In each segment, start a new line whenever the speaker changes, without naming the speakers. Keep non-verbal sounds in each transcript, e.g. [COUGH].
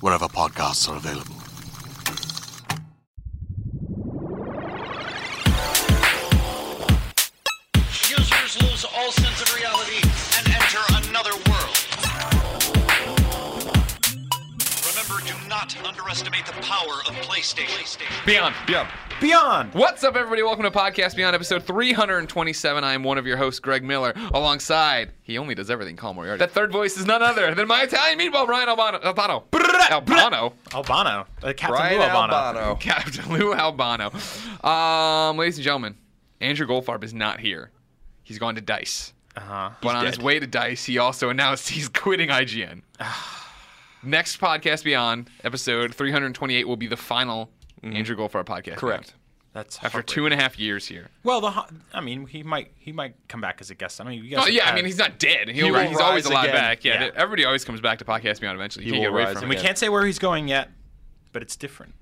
wherever podcasts are available.
Users lose all sense of reality and enter another world. Remember, do not underestimate the power of PlayStation.
Beyond.
Yeah. Beyond.
What's up, everybody? Welcome to Podcast Beyond, episode 327. I am one of your hosts, Greg Miller, alongside, he only does everything, Colin Moriarty. That third voice is none other than my Italian meatball, Brian Albano. Albano. Albano.
Albano. Uh, Captain
Brian
Lou Albano.
Albano.
[LAUGHS] Captain Lou Albano. Um, ladies and gentlemen, Andrew Goldfarb is not here. He's gone to DICE.
Uh-huh.
But on his
dead.
way to DICE, he also announced [LAUGHS] he's quitting IGN. Next Podcast Beyond, episode 328, will be the final Andrew Goldfarb podcast.
Mm-hmm. Correct.
That's
After two and a half years here.
Well, the ho- I mean, he might he might come back as a guest. I mean, you guys.
Oh, yeah,
have-
I mean, he's not dead. He'll,
will
he's always
rise
alive
again.
back. Yeah,
Yeah.
th- everybody always comes back to Podcast Beyond eventually. You
He
can't get
will
away
rise
from
And we
it.
can't say where he's going yet, but it's different.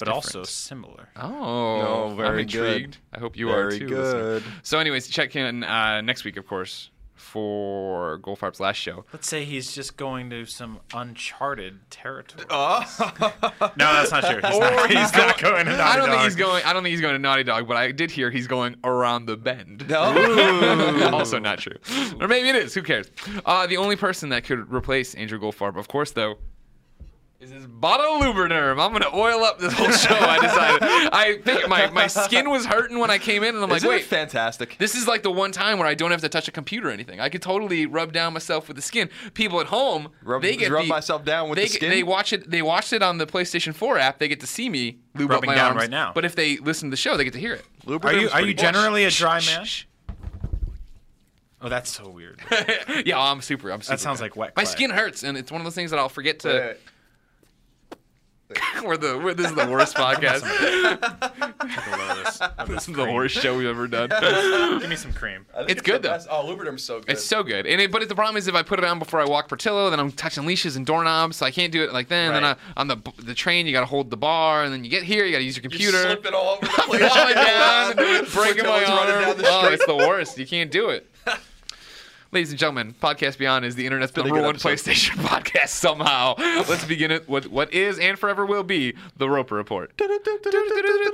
but also
different.
similar.
Oh,
No, very
I'm
good.
intrigued. I hope you are
Very
too. listener.
good. [LAUGHS]
So, anyways, check in uh, next week, of course, for Goldfarb's last
[LAUGHS]
show.
Let's say he's just going to some uncharted territory.
Oh.
[LAUGHS] no, that's not true.
[LAUGHS]
He's, not, he's not going to Naughty
I don't think
Dog.
he's going. I don't think he's going to Naughty Dog, but I did hear he's going around the bend.
Oh, No.
[LAUGHS] also not true. Or maybe it is. Who cares? Uh, the only person that could replace Andrew Goldfarb, of course, though, is this bottle lubriderm. I'm gonna oil up this whole show. I decided. I think my, my skin was hurting when I came in, and I'm
Isn't
like,
it
wait,
fantastic.
this is like the one time where I don't have to touch a computer or anything. I could totally rub down myself with the skin. People at home,
Rub-
they get
rub
the-
myself down with
they
the
get-
skin?
They watch it. They watched it on the PlayStation 4 app. They get to see me lube
Rubbing
up my
down
arms
right now.
But if they listen to the show, they get to hear it.
Are you
Lubriderm's
are you
pretty-
generally a dry
Shh,
man?
shh, [LAUGHS] shh.
Oh, that's
[LAUGHS]
so weird.
Yeah, I'm super. I'm super.
That sounds like wet.
my
clay. [LAUGHS]
skin hurts, and it's one of those things that I'll forget
Wait,
to. [LAUGHS] we're the we're, this is the
[LAUGHS]
worst podcast. this is the worst show we've ever
[LAUGHS]
done.
Give me some cream.
I think
It's good,
the
though.
best- Oh, Lubriderm's so good.
It's so good. And it, but it, the problem is if I put it on before I walk Portillo, then I'm touching leashes and doorknobs, so I can't do it like then. And then
Right.
I, on the b- the train, you gotta hold the bar, and then you get here, you gotta use your
you
computer.
slip it all [LAUGHS] over the
Falling
place.
down, breaking
Footnotes
my
running
arm.
down the
Oh,
street.
it's the worst. You can't do it. [LAUGHS] Ladies and gentlemen, Podcast Beyond is the internet's
a
number
good
one
episode.
PlayStation [LAUGHS] podcast. Somehow, let's begin it with what is and forever will be the Roper Report.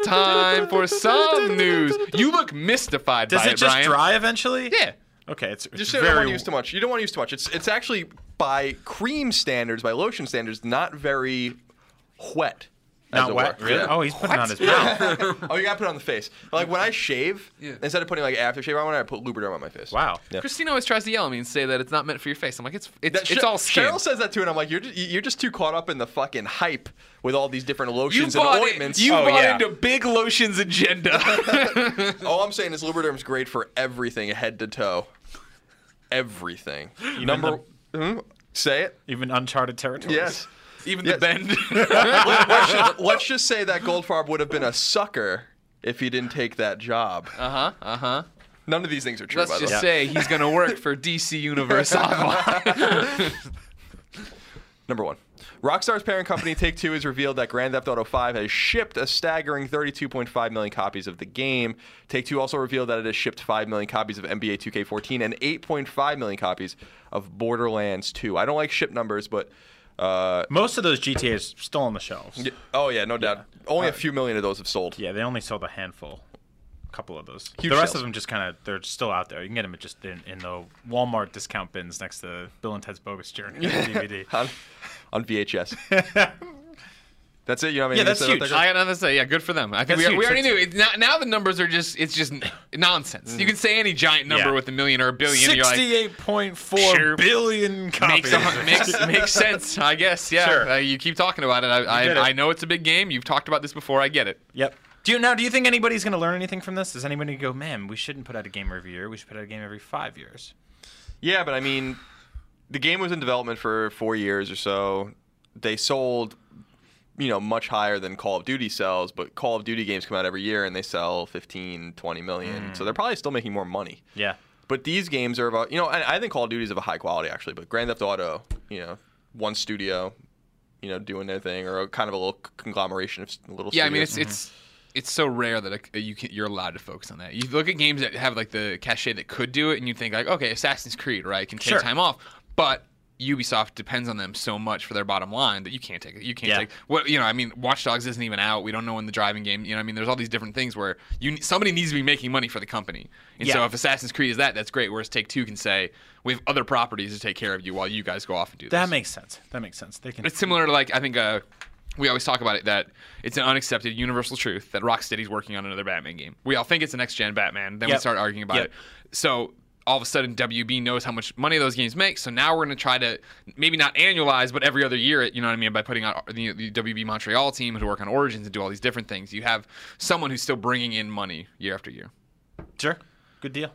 Time for some news. You look mystified
Does
by
it
it,
just
Brian.
dry eventually?
Yeah.
Okay, it's, it's
Just don't want
very
to use too much. You don't want to use too much. It's it's actually by cream standards, by lotion standards, not very wet. as
not
it
wet.
were.
Really?
Yeah.
Oh, he's putting it on his mouth.
[LAUGHS] oh, you gotta put it on the face. Like when I shave, instead of putting like aftershave on it, I put Lubriderm on my
[LAUGHS]
face.
Wow.
Christina always tries to yell at me and say that it's not meant for your face. I'm like, it's it's,
That-
it's
Cher-
all skin.
Cheryl says that too, and I'm like, you're just, you're just too caught up in the fucking hype with all these different
you
lotions and
bought, it,
ointments.
you
Oh,
bought
yeah.
into big lotions agenda. [LAUGHS]
All I'm saying is Lubriderm's great for everything, head to toe,
[GASPS]
everything. Number, Hmm? say it.
Even uncharted territory.
Yes.
Even
Yes.
the bend.
Let- let's, ju- let's just [LAUGHS] say that Goldfarb would have been a sucker if he didn't take that job.
uh huh. Uh huh.
None of these things are true,
Let's
by the
just say
way.
he's going to work for DC Universe
[LAUGHS]
Online.
Number one. Rockstar's parent company Take Two has revealed that Grand Theft Auto 5 has shipped a staggering 32.5 million copies of the game. Take Two also revealed that it has shipped 5 million copies of NBA 2K14 and 8.5 million copies of Borderlands 2. I don't like ship numbers, but uh,
Most of those GTA's still on the shelves. Yeah,
oh yeah, no doubt. Only
Uh,
a few million of those have sold.
they only sold a handful, a couple of those.
Huge
the rest
sales.
of them just kind of they're still out there. You can get them at just in, in the Walmart discount bins
[LAUGHS]
next [LAUGHS]
[LAUGHS]
to Bill and Ted's Bogus Journey DVD.
on, on VHS. That's it. You know what I mean? oh,
Yeah, that's
Instead of
huge.
that-
I got nothing to say. Yeah, good for them. I think
That's
we, we
huge.
already knew. It, now, now the numbers are just it's
[LAUGHS]
just nonsense. You can say any giant number
Yeah.
with a million or a billion. and You're Oh, like,
Sixty-eight point four
Sure.
billion
makes,
copies.
a-
[LAUGHS]
makes makes sense, I guess. Yeah,
Sure.
uh, you keep talking about it. I I,
get it.
I know it's a big game. You've talked about this before. I get it.
Yep. Do you now? Do you think anybody's going to learn anything from this? Is anybody going to go, man? We shouldn't put out a game every year. We should put out a game every five years.
Yeah, but I mean, the game was in development for four years or so. They sold, you know, much higher than Call of Duty sells, but Call of Duty games come out every year and they sell 15, 20 million.
Hmm.
So they're probably still making more money.
Yeah.
But these games are about, you know, and I think Call of Duty is of a high quality actually, but Grand Theft Auto, you know, one studio, you know, doing their thing or a, kind of a little conglomeration of s- little
Yeah, I mean it's
studios.
Mm-hmm.
it's it's so rare that a, you can, you're allowed to focus on that. You look at games that have like the cachet that could do it, and you think like, okay, Assassin's Creed, right, can take
Sure.
time off, but Ubisoft depends on them so much for their bottom line that you can't take it. You can't
Yeah.
take what you know. I mean, Watch Dogs isn't even out. We don't know when the driving game. You know, I mean, there's all these different things where you somebody needs to be making money for the company. And so
Yeah.
if Assassin's Creed is that, that's great. Whereas Take Two can say we have other properties to take care of you while you guys go off and do this.
That makes sense. That makes sense. They can.
It's similar to like I think uh, we always talk about it that it's an unaccepted universal truth that Rocksteady's working on another Batman game. We all think it's the next gen Batman, then we
Yep.
start arguing about
Yep.
it. So all of a sudden WB knows how much money those games make, so now we're going to try to maybe not annualize, but every other year, it, you know what I mean, by putting out the, the WB Montreal team who work on Origins and do all these different things. You have someone who's still bringing in money year after year.
sure. Good deal.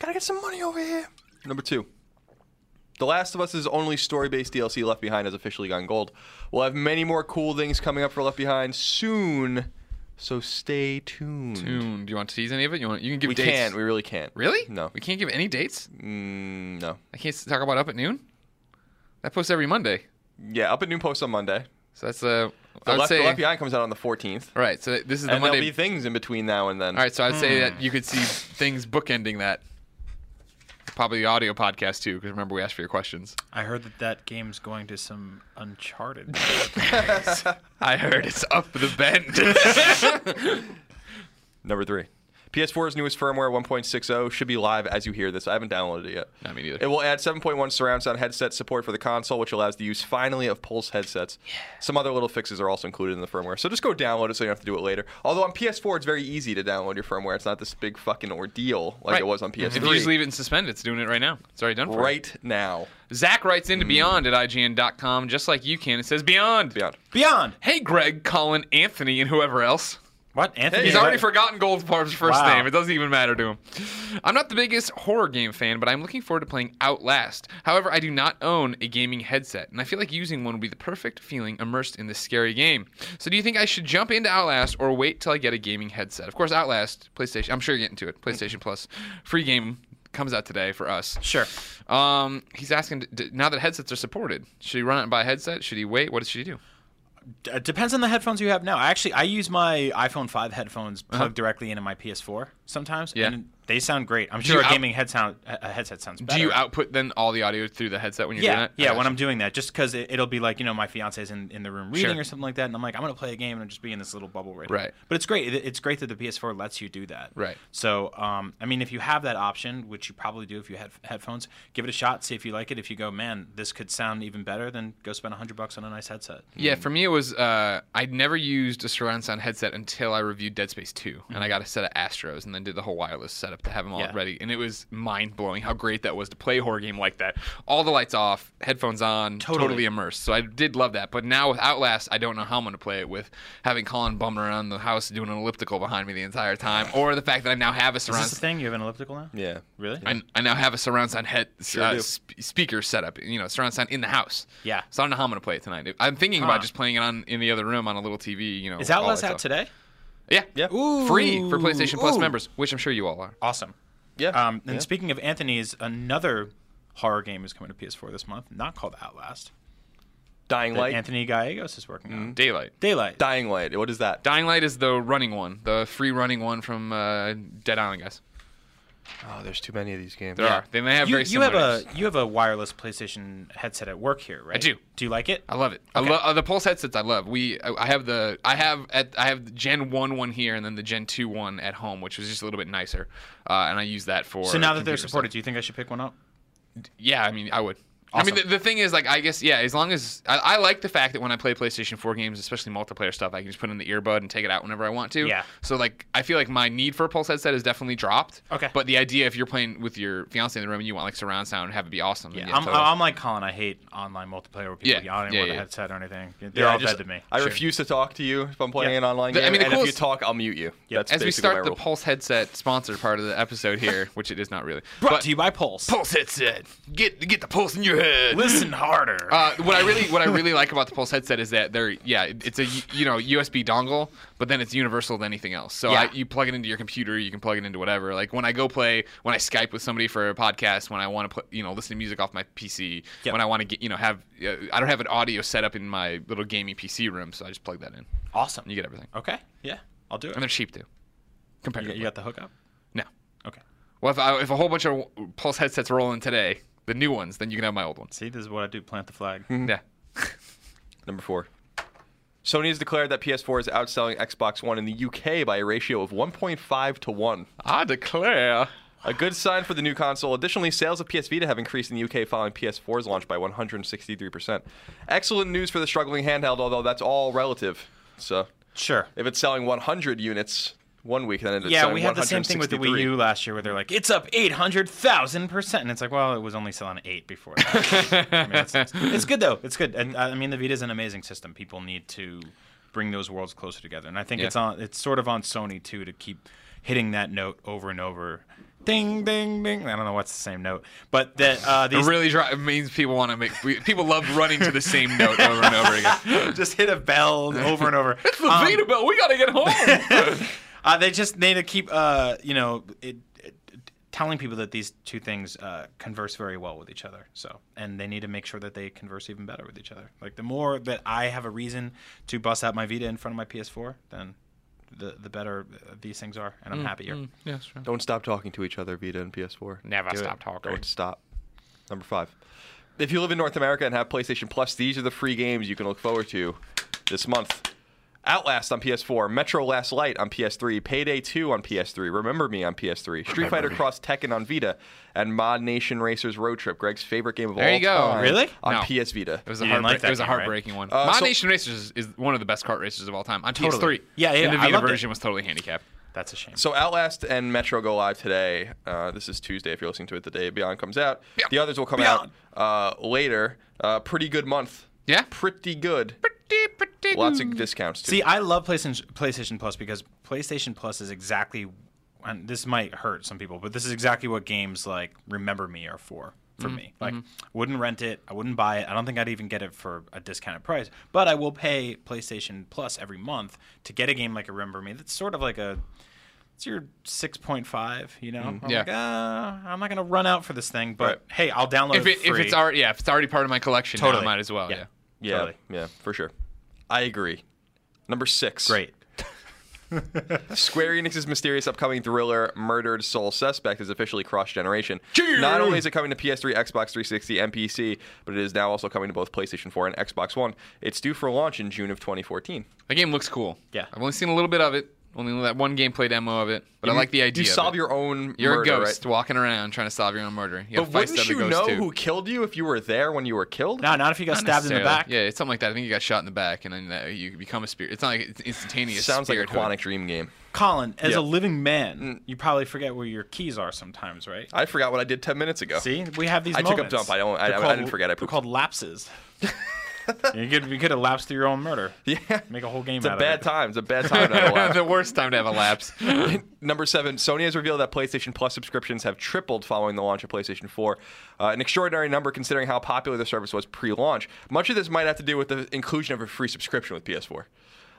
Gotta get some money over here. Number two. The Last of Us's only story-based DLC, Left Behind, has officially gone gold. We'll have many more cool things coming up for Left Behind soon, so stay tuned.
Dune, do you want to tease any of it? You want you can give
We
dates.
can't. We really can't.
really?
No.
We can't give any dates.
Mm, no.
I can't talk about up at noon. That posts every Monday.
Yeah, up at noon post on Monday.
So that's uh,
The,
I would
left, the
say.
Left Behind comes out on the 14th,
all right, so that- this is the
and
Monday.
there'll be things in between now and then.
all right, so I'd say that you could see things bookending that. Probably the audio podcast too, because remember we asked for your questions.
I heard that that game's going to some
[LAUGHS]
Uncharted.
I heard it's up the bend. [LAUGHS]
Number three. PS4's newest firmware 1.60 oh, should be live as you hear this. I haven't downloaded it yet.
Not me neither.
It will add 7.1 surround sound headset support for the console, which allows the use finally of Pulse headsets. Some other little fixes are also included in the firmware. So just go download it so you don't have to do it later. Although on PS4, it's very easy to download your firmware. It's not this big fucking ordeal like it was on PS3.
If you just leave it in suspend, it's doing it right now. It's already done for.
right Mm. now.
You. Zach writes into Beyond at IGN.com just like you can. It says Beyond.
Beyond.
Beyond.
Hey, Greg, Colin, Anthony, and whoever else.
What? Anthony.
He's
what-
already forgotten Goldfarb's first
Wow.
name. It doesn't even matter to him. I'm not the biggest horror game fan, but I'm looking forward to playing Outlast. However, I do not own a gaming headset, and I feel like using one would be the perfect feeling immersed in this scary game. So, do you think I should jump into Outlast or wait till I get a gaming headset? Of course, Outlast, PlayStation. I'm sure you're getting to it. PlayStation Plus, free game comes out today for us.
Sure.
Um, he's asking d- d- now that headsets are supported, should he run out and buy a headset? Should he wait? What does she do?
D- It depends on the headphones you have now. I Actually, I use my iPhone 5 headphones plugged directly into my PS4 sometimes,
Uh-huh. Yeah.
and they sound great. I'm
you
sure a
out-
gaming head sound, uh, a a headset sounds better.
Do you output then all the audio through the headset when you're doing
Yeah,
it? I
yeah. When
gotcha.
I'm doing that, just because it, it'll be like you know my fiance's in, in the room reading
Sure.
or something like that, and I'm like I'm gonna play a game and just be in this little bubble right.
Right.
Now. But it's great. It, it's great that the PS4 lets you do that.
Right.
So, um, I mean, if you have that option, which you probably do if you had headphones, give it a shot. See if you like it. If you go, man, this could sound even better, then go spend hundred bucks on a nice headset.
Yeah, for me it was uh, I'd never used a surround sound headset until I reviewed Dead Space 2 and I got a set of Astros and then did the whole wireless setup to have them all
Mm. Yeah.
ready, and it was mind blowing how great that was to play a horror game like that. All the lights off, headphones on, totally,
Totally.
immersed. So I did love that, but now with Outlast, I don't know how I'm going to play it with having Colin bumming around the house doing an elliptical behind me the entire
[SIGHS]
time, or the fact that I now have a
Is
surround.
this the thing? You have an elliptical now?
Yeah.
Really?
I, I now have a surround sound head uh,
do.
sp- speaker setup, you know, surround sound in the house.
Yeah.
So I don't know how I'm gonna play it tonight. I'm thinking about
Huh.
just playing it on in the other room on a little TV. You know,
Is
all
Outlast
that
out
stuff.
today?
Yeah.
Yeah.
Free for PlayStation Plus
Ooh.
members, which I'm sure you all are.
Awesome.
Yeah.
Um, and
Yeah.
speaking of Anthony's, another horror game is coming to PS4 this month, not called Outlast.
Dying
That
Light.
Anthony Gallegos is working on.
Daylight.
Daylight.
Dying Light. What is that?
Dying Light is the running one, the free running one from uh, Dead Island guys.
oh, there's too many of these games.
There are. They may have
you,
very
you
similar.
have a
names.
you have a wireless PlayStation headset at work here, right?
do.
Do you like it?
I love it. I love uh, the Pulse headsets. I love. We I I have the I have at I have the Gen One one here and then the Gen Two one at home, which was just a little bit nicer, uh, and I use that for.
so now that they're
computer stuff.
supported, do you think I should pick one up?
Yeah, I mean, I would. I mean, the, the thing is, like, I guess, yeah, as long as I, I like the fact that when I play PlayStation 4 games, especially multiplayer stuff, I can just put in the earbud and take it out whenever I want to.
Yeah.
So, like, I feel like my need for a Pulse headset has definitely dropped.
Okay.
But the idea, if you're playing with your fiance in the room and you want, like, surround sound and have it be awesome, then
Yeah,
yeah,
I'm,
totally.
I'm like Colin. I hate online multiplayer where people
Yeah,
yelling
yeah,
with a
yeah.
headset or anything. They're
Yeah,
all
I just-
dead to me.
I refuse to talk to you if I'm playing
Yeah.
an online
The-
game.
I mean, the
and if you
coolest-
talk, I'll mute you. That's
As we
basically my
start the
rule.
Pulse headset sponsor part of the episode here, which it is not really.
Brought
but
to you by Pulse.
Pulse headset. Get get the pulse in your head.
Listen harder.
Uh, what I really what I really like about the Pulse headset is that they're yeah it's a you know USB dongle, but then it's universal to anything else. So I,
Yeah.
you plug it into your computer, you can plug it into whatever. Like when I go play, when I Skype with somebody for a podcast, when I want to put you know listen to music off my PC,
Yep.
when I want to get you know have uh, I don't have an audio set up in my little gaming PC room, so I just plug that in.
awesome.
You get everything,
okay. Yeah, I'll do it.
and they're cheap too.
Oh. You,
Compared
got- you got the hookup.
no.
Okay.
Well, if, I, if a whole bunch of Pulse headsets roll in today, the new ones, then you can have my old ones.
See, this is what I do. Plant the flag.
Yeah.
Number four. Sony has declared that PS4 is outselling Xbox One in the UK by a ratio of 1.5 to 1.
I declare.
A good sign for the new console. Additionally, sales of PS Vita have increased in the UK following PS4's launch by 163%. Excellent news for the struggling handheld, although that's all relative. So,
Sure.
if it's selling 100 units one week, then it's
Yeah,
selling
we had the same thing with the
163.
Wii U last year, where they're like, "It's up eight hundred thousand percent," and it's like, "Well, it was only selling eight
[LAUGHS]
before." That. I mean, that's- it's, good though. It's good. And, uh, I I mean, the Vita is an amazing system. People need to bring those worlds closer together, and I think
Yeah.
it's on. It's sort of on Sony too to keep hitting that note over and over. Ding, ding, ding. I don't know what's the same note, but that uh,
[LAUGHS] It
these
really dri- it means people want to make we- people love running to the same note over and over again.
[LAUGHS] [LAUGHS] just hit a bell over and over.
[LAUGHS] The Vita Bell, we gotta get
[LAUGHS]
home.
Uh, they just need to keep, uh, you know, it, it, telling people that these two things uh, converse very well with each other. So, and they need to make sure that they converse even better with each other. Like the more that I have a reason to bust out my Vita in front of my PS4, then the the better uh, these things are, and I'm happier.
yes, sure.
Don't stop talking to each other, Vita and PS4.
Never stop talking.
Don't stop. Number five. If you live in North America and have PlayStation Plus, these are the free games you can look forward to this month. Outlast on PS4, Metro Last Light on PS3, Payday 2 on PS3, Remember Me on PS3, Street Fighter Cross Tekken on Vita, and Mod Nation Racers Road Trip, Greg's favorite game of
There
all
you go.
time,
Really?
on
No.
PS Vita.
It was a
You
heartbreak.
didn't like that
it was a
game, right?
heartbreaking one.
Uh,
Mod
so-
Nation Racers is, is one of the best kart races of all time on PS3.
Yeah, yeah,
And the
I
Vita
loved it.
version was totally handicapped.
That's a shame.
So Outlast and Metro go live today. Uh, this is Tuesday if you're listening to it the day Beyond comes out.
Yeah.
The others will come
Beyond.
out uh, later. Uh, pretty good month.
Yeah.
Pretty good.
Pretty, pretty
Lots of discounts too.
See, I love PlayStation PlayStation Plus because PlayStation Plus is exactly, and this might hurt some people, but this is exactly what games like Remember Me are for for
Mm-hmm,
me. Like, wouldn't rent it, I wouldn't buy it. I don't think I'd even get it for a discounted price, but I will pay PlayStation Plus every month to get a game like Remember Me. That's sort of like a it's your 6.5, you know? I'm
Mm, Yeah.
like, uh, I'm not going to run out for this thing, but hey, I'll download
if,
it,
it, if
free.
it's already yeah, if it's already part of my collection, totally.
Totally.
I might as well. Yeah.
yeah,
Totally.
yeah, for sure. I agree. Number six.
Great.
Square Enix's mysterious upcoming thriller Murdered Soul Suspect is officially cross generation. Not only is it coming to PS3, Xbox 360, and PC, but it is now also coming to both PlayStation 4 and Xbox One. It's due for launch in June of 2014.
The game looks cool.
Yeah.
I've only seen a little bit of it. Only that one gameplay demo of it, but I like the idea.
You
of
solve
it.
your own
You're
murder,
a
right?
ghost walking around trying to solve your own murder. You
But
gotta feist
wouldn't
other
you
ghosts,
know
too.
who killed you if you were there when you were killed?
No, not if you got
Not
stabbed in the
necessarily.
back.
Yeah, it's something like that. I think you got shot in the back, and then uh, you become a spirit. It's not like it's instantaneous.
Sounds like a
spirithood.
Quantic Dream game.
Colin, as
Yeah. Mm.
a living man, you probably forget where your keys are sometimes, right?
I forgot what I did 10 minutes ago.
See, we have these.
I took a
moments.
dump. I don't- I-
They're
I didn't forget I
they're
pooped.
called
[LAUGHS]
lapses. you could you could have lapsed through your own murder.
Yeah.
Make a whole game
It's a
out
bad
of it.
time. It's
[LAUGHS]
a bad time to have a laugh.
the worst time to have a lapse. [LAUGHS]
[LAUGHS] Number seven, Sony has revealed that PlayStation Plus subscriptions have tripled following the launch of PlayStation 4. Uh, an extraordinary number considering how popular the service was pre launch. Much of this might have to do with the inclusion of a free subscription with PS4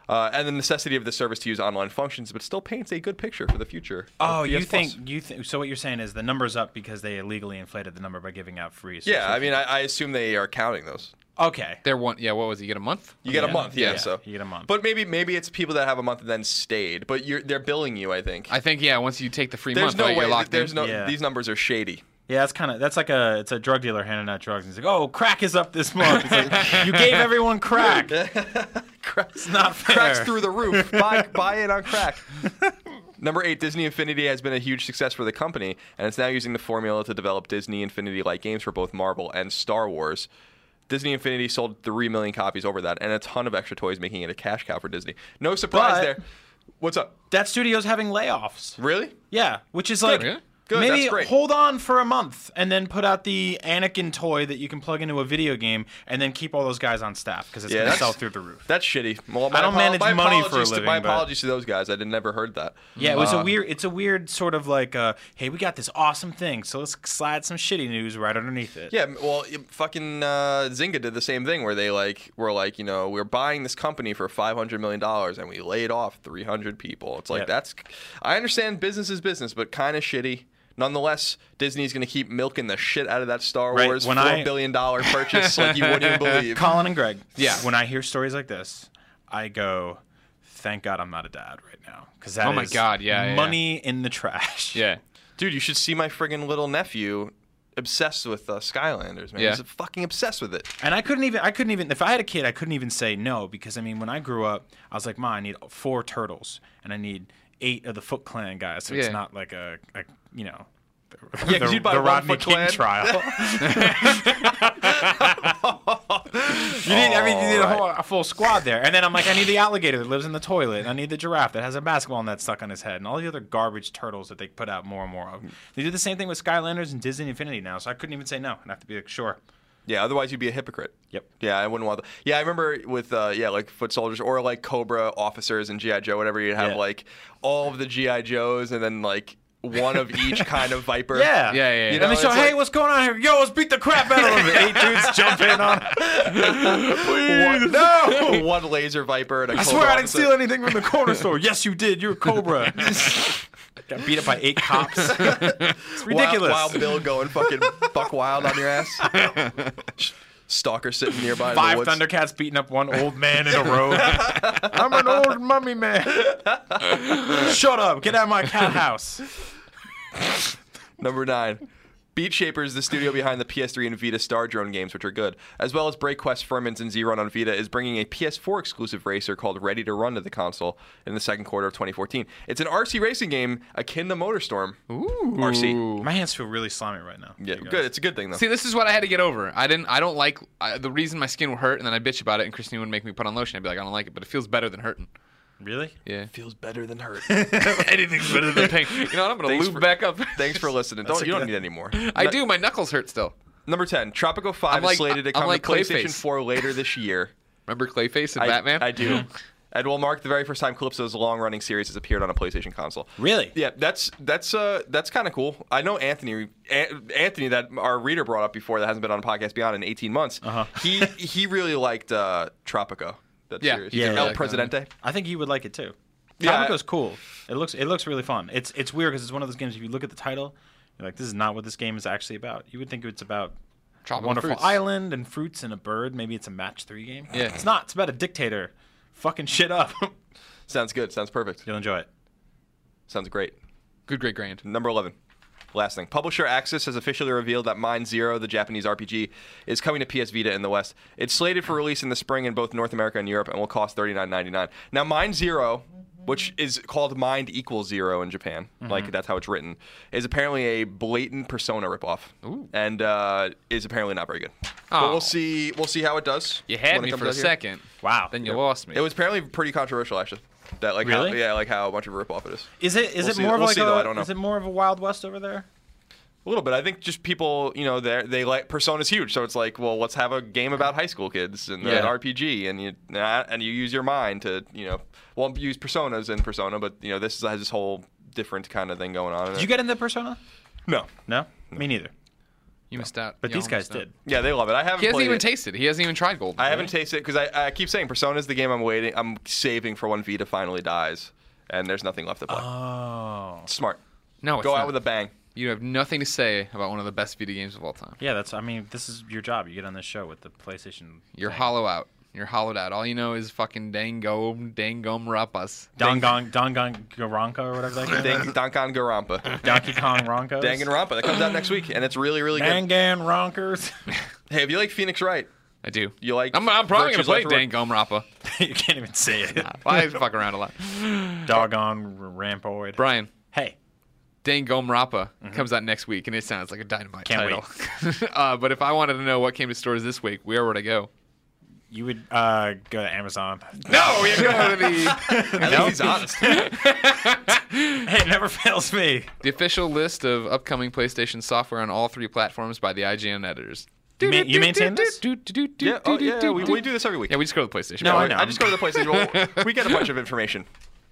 uh, and the necessity of the service to use online functions, but still paints a good picture for the future. of
Oh, you
PS+.
think you think so? What you're saying is the number's up because they illegally inflated the number by giving out free.
Yeah, I mean, I, I assume they are counting those.
I, okay.
There one, yeah. What was it? You get a month.
You get a
Yeah.
month, yeah,
Yeah,
So
you get a month.
But maybe maybe it's people that have a month and then stayed. But you're they're billing you, I think.
I think yeah. Once you take the free
there's
month,
no
right,
way.
you're locked
there's
in.
no.
Yeah.
These numbers are shady. [LAUGHS]
Yeah, that's kind of that's like a it's a drug dealer handing out drugs. And he's like, "Oh, crack is up this month." It's
[LAUGHS]
like, you gave everyone crack.
Cracks,
Not fair. [LAUGHS]
cracks through the roof. buy buy it on crack. Number eight, Disney Infinity has been a huge success for the company, and it's now using the formula to develop Disney Infinity like games for both Marvel and Star Wars. Disney Infinity sold 3 million copies over that, and a ton of extra toys, making it a cash cow for Disney. No surprise
But-
there. What's up?
That studio's having layoffs.
Really?
Yeah, which is like
yeah.
Good,
maybe
that's great.
hold on for a month and then put out the Anakin toy that you can plug into a video game and then keep all those guys on staff because it's
Yeah,
going to
that's-
sell through the roof.
That's shitty. Well, my
don't
apo-
manage
my
money for a
apologies to-
living,
my
but-
apologies to those guys. I did never heard that.
yeah, it was a weird. It's a weird sort of like uh, hey, we got this awesome thing, so let's slide some shitty news right underneath it.
Yeah, m- well, it- fucking uh, Zynga did the same thing where they like were like, you know, we're buying this company for five hundred million dollars and we laid off three hundred people. It's like
Yep.
that's, I understand business is business, but kind of shitty. Nonetheless, Disney's gonna keep milking the shit out of that Star
Right,
Wars
when
four
I-
billion dollar purchase like you
[LAUGHS]
wouldn't even believe.
Colin and Greg.
Yeah.
When I hear stories like this, I go, "Thank God I'm not a dad right now," because that
Oh my
is
God, yeah, yeah, yeah.
money in the trash.
Yeah.
Dude, you should see my friggin' little nephew obsessed with uh, Skylanders, man.
Yeah.
He's fucking obsessed with it.
And I couldn't even I couldn't even if I had a kid I couldn't even say no because I mean when I grew up I was like ma I need four turtles and I need eight of the Foot Clan guys so it's
Yeah.
not like a, a you know the,
Yeah, 'cause
the,
you'd buy
the
one
Rodney
Foot
King
Clan. [LAUGHS]
trial. you need I mean you need a whole a full squad there and then I'm like I need the alligator that lives in the toilet and I need the giraffe that has a basketball net stuck on his head and all the other garbage turtles that they put out more and more of. They do the same thing with Skylanders and Disney Infinity now so I couldn't even say no and I have to be like sure.
Yeah, otherwise you'd be a hypocrite.
Yep.
Yeah, I wouldn't want. That. Yeah, I remember with uh, yeah, like foot soldiers or like Cobra officers and GI Joe, whatever. You'd have
Yeah.
like all of the GI Joes and then like one of each
[LAUGHS]
kind of Viper.
Yeah, yeah,
Yeah.
[LAUGHS]
yeah.
You
You
know,
know,
and they show,
it's
hey,
like-
what's going on here? Yo, let's beat the crap out of
[LAUGHS]
them. Eight dudes jump in on
[LAUGHS] One,
No!
one laser Viper and a
I
Cobra
swear I didn't
officer.
steal anything from the corner
[LAUGHS]
store. Yes, you did. You're a Cobra. Got beat up by eight cops. [LAUGHS] It's
Wild-
ridiculous.
Wild, Bill going
[LAUGHS]
fucking buck wild on your ass. Stalker sitting nearby. in
Five
the woods.
Thundercats beating up one old man in
[LAUGHS]
a row. I'm an old mummy man. Shut up. Get out of my cat house.
Number nine. Beat Shaper is the studio behind the PS3 and Vita Star Drone games, which are good, as well as Break Quest, Furman's, and Zeron on Vita, is bringing a PS4 exclusive racer called Ready to Run to the console in the second quarter of 2014. It's an RC racing game akin to MotorStorm. Ooh, RC.
My hands feel really slimy right now.
Yeah,
You guys.
good. It's a good thing though.
See, this is what I had to get over. I didn't. I don't like I, the reason my skin would hurt, and then I bitch about it, and Christine would make me put on lotion. I'd be like, I don't like it, but it feels better than hurting.
[LAUGHS]
Really?
Yeah.
feels better than hurt.
Anything's better
[LAUGHS]
than pain. You know what? I'm gonna
Thanks
loop
for-
back up.
[LAUGHS] Thanks for listening. Don't, you don't need any more.
I do. My knuckles hurt still.
Number ten, Tropico Five
I'm like-
is slated to
I'm
come
like
to PlayStation
Clayface.
Four later this year.
Remember Clayface and
I-
Batman? [LAUGHS]
I do. and will mark the very first time Calypso's long-running series has appeared on a PlayStation console.
Really?
Yeah, that's that's uh that's kind of cool. I know Anthony An- Anthony that our reader brought up before that hasn't been on a podcast beyond in 18 months.
Uh-huh. [LAUGHS]
He he really liked uh Tropico. That
Yeah,
series.
he
did
El
like
that.
Presidente.
I think you would like it too.
Yeah.
Tropico's cool. It looks it looks really fun. It's it's weird because it's one of those games. If you look at the title, you're like, this is not what this game is actually about. You would think it's about a
Tropical
wonderful
fruits.
island and fruits and a bird. Maybe it's a match three game.
Yeah.
it's not. It's about a dictator fucking shit
[LAUGHS]
up.
Sounds good. Sounds perfect.
You'll enjoy it.
Sounds great.
Good, great, grand.
Number 11. Last thing. Publisher Axis has officially revealed that Mine Zero, the Japanese RPG, is coming to PS Vita in the West. It's slated for release in the spring in both North America and Europe and will cost $39.99. Now, Mine Zero, which is called Mind Equals Zero in Japan,
Mm-hmm.
like that's how it's written, is apparently a blatant Persona ripoff and uh, is apparently not very good. But
Aw.
we'll see. We'll see how it does.
Oh. You had
when it
me
comes
for a
out here.
second.
Wow.
Then you lost me.
It was apparently pretty controversial, actually. That like how,
Really?
yeah, like how much of a ripoff it is.
Is it is
We'll
it
see-
more of
we'll
like
see,
a
though. I don't know.
is it more of a Wild West over there?
A little bit. I think just people, you know, they they like Persona's huge, so it's like, well, let's have a game about high school kids and
Yeah.
an RPG, and you nah, and you use your mind to, you know, well, use Personas in Persona, but you know, this has this whole different kind of thing going on. in
Did
it.
you get into Persona?
no?
No, me neither.
you missed out.
But
You
these
all
guys
missed out.
did.
Yeah, they love it. I haven't.
He hasn't
played
even
it.
tasted. it. He hasn't even tried gold.
I haven't tasted it because I, I keep saying Persona's the game I'm waiting, I'm saving for when Vita finally dies, and there's nothing left to play.
Oh,
Smart.
No, it's
Go
not.
out with a bang.
You have nothing to say about one of the best video games of all time.
yeah. That's I mean, this is your job. You get on this show with the PlayStation.
You're
thing.
hollow out. You're hollowed out. All you know is fucking dango, dangum rapas.
Dongong Dongong Garonka or whatever that
[LAUGHS]
game is.
[LAUGHS]
Dang, Dankan Garampa.
Donkey Kong Ronkos.
Danganronpa. That comes out next week, and it's really, really good.
Dangan Ronkers.
Hey, if you like Phoenix Wright,
I do.
You like
I'm, I'm probably gonna
Virtue's
play
Left Road?
Dan Gomrappa.
[LAUGHS] you can't even say it.
[LAUGHS]
I fuck around a lot.
Doggone rampoid.
Brian,
Hey,
Dan Gomrappa comes out next week, and it sounds like a dynamite
Mm-hmm. Can't
title. [LAUGHS] uh, but if I wanted to know what came to stores this week, where would I go?
you would uh, go to Amazon. [LAUGHS]
No, we go to the,
At least he's [LAUGHS] honest.
hey, it never fails me.
the official list of upcoming PlayStation software on all three platforms by the IGN editors.
You ma- you maintain this?
yeah, oh, yeah, we, we do this every week.
Yeah, we just go to the PlayStation.
No,
Oh,
I
I,
know.
just go to the PlayStation. Well, we get a bunch of information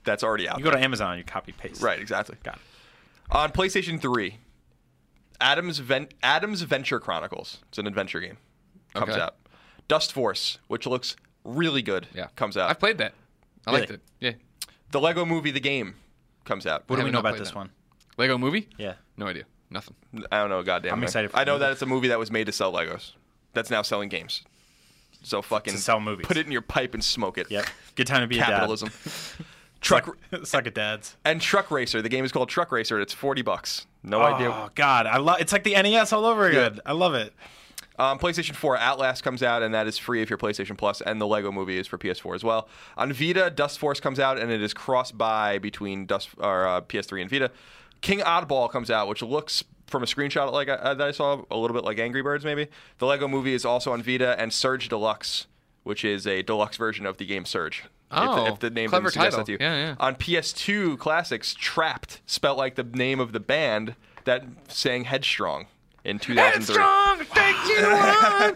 that's already out.
You go to Amazon, you copy paste.
right, exactly.
Got it.
On PlayStation 3, Adam's Ven- Adam's Venture Chronicles. It's an adventure game. Comes
Okay.
out. Dust Force, which looks really good,
Yeah,
comes out.
I've played that. I liked
Really?
it. Yeah,
the Lego Movie the game comes out.
What do
haven't
we know
not
about
played
this
that.
one?
Lego Movie.
Yeah.
No idea.
[LAUGHS]
Nothing.
I don't know, a goddamn.
I'm
thing.
excited for
I know
the
that
movie.
it's a movie that was made to sell Legos. That's now selling games. So fucking
sell movies.
Put it in your pipe and smoke it.
Yep. Good time to be
Capitalism.
a dad. Capitalism. [LAUGHS] Suck at dads.
and Truck Racer. The game is called Truck Racer. It's forty bucks. No
Oh
idea.
God, I love. It's like the NES all over again. I love it.
Um, PlayStation 4 Outlast comes out, and that is free if you're PlayStation Plus, and the Lego Movie is for PS4 as well. On Vita, Dust Force comes out, and it is cross by between Dust or uh, PS3 and Vita. King Oddball comes out, which looks from a screenshot like uh, that I saw a little bit like Angry Birds, maybe. The Lego Movie is also on Vita, and Surge Deluxe, which is a deluxe version of the game Surge. If-
Oh,
if, the name
clever
didn't suggest
title.
that to you.
Yeah, yeah.
On PS2 classics, Trapped, spelt like the name of the band that sang Headstrong in 2003.
take you on.
Wow.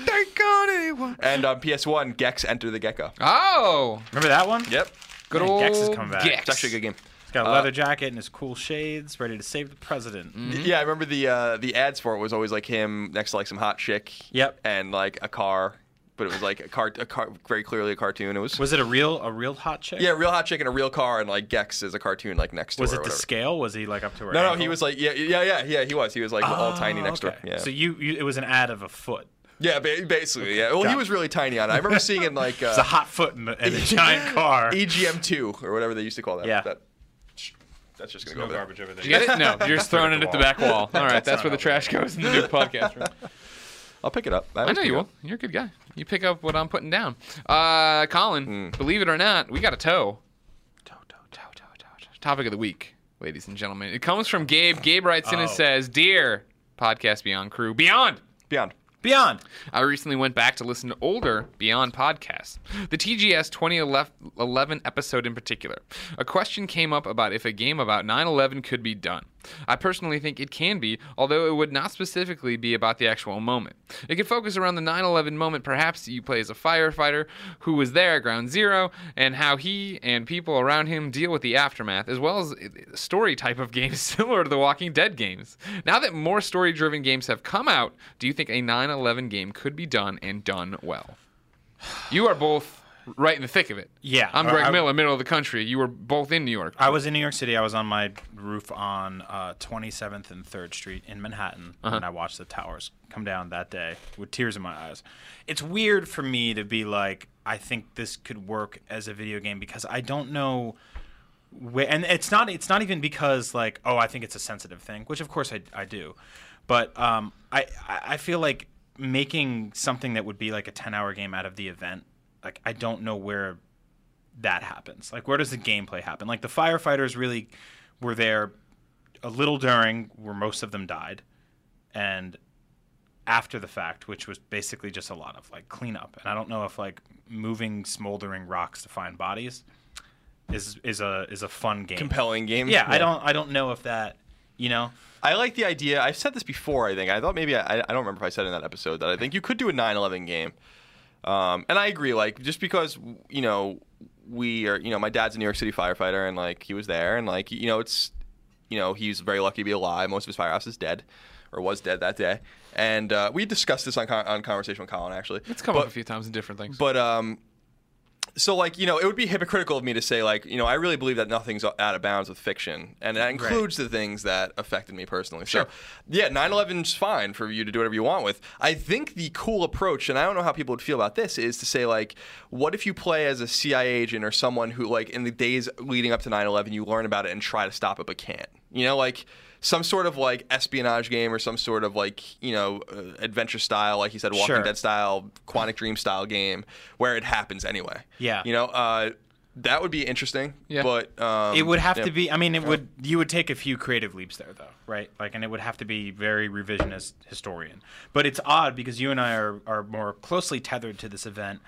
Headstrong, take on anyone.
And um, on PS1, Gex Enter the Gecko.
[LAUGHS]
Ah.
Oh,
Remember that one?
Yep.
good
Man,
old
Gex has come back.
Gex.
It's actually a good game.
He's got a leather jacket and his cool shades, ready to save the president.
Yeah, I remember the uh, the ads for it was always like him next to like some hot chick.
Yep.
And like a car, but it was like a car, a car very clearly a cartoon. It was,
Was it a real, a real hot chick?
yeah, real hot chick and a real car, and like Gex is a cartoon like next to
Was
her
it
or
the
whatever.
scale? Was he like up to her?
No, no,
ankle?
he was like yeah, yeah, yeah, yeah. He was. He was like all tiny
Oh,
next to
okay.
her. Yeah.
So you, you, it was an ad of a foot.
yeah, ba- basically. Yeah. Well, he
Got
was really tiny on it.
[LAUGHS]
I remember seeing it in like
It's a
uh,
hot foot and a, and
[LAUGHS]
a giant car.
EGM2 or whatever they used to call that.
Yeah.
That, that's just gonna go
No
over there.
garbage over there.
You get it? No, you're just throwing it at the back [LAUGHS] wall. All right, that's where the
not right.
trash goes in the new podcast [LAUGHS] room.
I'll pick it up.
I
always
know
pick
you
it
will.
up.
You're a good guy. You pick up what I'm putting down. Uh, Colin, believe it or not, we got a toe. Toe, toe, toe, toe, toe, toe. Topic of the week, ladies and gentlemen. It comes from Gabe. Gabe writes in and
Oh.
says, "Dear Podcast Beyond crew, Beyond."
Beyond.
Beyond.
I recently went back to listen to older Beyond podcasts, the TGS 2011 episode in particular. A question came up about if a game about 9 11 could be done. I personally think it can be, although it would not specifically be about the actual moment. It could focus around the 9 11 moment, perhaps you play as a firefighter who was there at Ground Zero, and how he and people around him deal with the aftermath, as well as a story type of [LAUGHS] games similar to the Walking Dead games. Now that more story driven games have come out, do you think a 9 11 game could be done and done well? You are both right in the thick of it.
Yeah,
I'm
I-
Greg
I-
Miller, middle of the country. You were both in New York.
I was in New York City. I was on my roof on uh, 27th and 3rd Street in Manhattan, and I watched the towers come down that day with tears in my eyes. It's weird for me to be like, I think this could work as a video game because I don't know. wh- And it's not. It's not even because like, oh, I think it's a sensitive thing, which of course I, I do, but um, I I I feel like making something that would be like a ten hour game out of the event, like I don't know where that happens? Like, where does the gameplay happen? Like, the firefighters really were there a little during where most of them died, and after the fact, which was basically just a lot of like cleanup. And I don't know if like moving smoldering rocks to find bodies is is a is a fun game.
Compelling game.
yeah, I don't I don't know if that you know
I like the idea. I've said this before. I think I thought maybe I, I don't remember if I said in that episode that I think you could do a 9/11 game. Um, and I agree. Like just because you know we are, you know, my dad's a New York City firefighter, and like he was there, and like you know, it's you know he's very lucky to be alive. Most of his firehouse is dead, or was dead that day. And uh, we discussed this on con- on conversation with Colin actually.
It's come
but,
up a few times in different things.
But um, so like you know, it would be hypocritical of me to say like you know I really believe that nothing's out of bounds with fiction, and that includes the things that affected me personally. So yeah, 9/11's fine for you to do whatever you want with. I think the cool approach, and I don't know how people would feel about this, is to say like, what if you play as a CIA agent or someone who like in the days leading up to 9/11, you learn about it and try to stop it but can't. You know, like some sort of like espionage game or some sort of like you know uh, adventure style, like you said, Walking
Sure.
Dead style, Quantic Dream style game where it happens anyway.
Yeah.
you know. Uh, that would be interesting,
Yeah.
but um,
It would have
yeah.
to be. I mean, it would. You would take a few creative leaps there, though, right? Like, and it would have to be very revisionist historian. But it's odd because you and I are are more closely tethered to this event,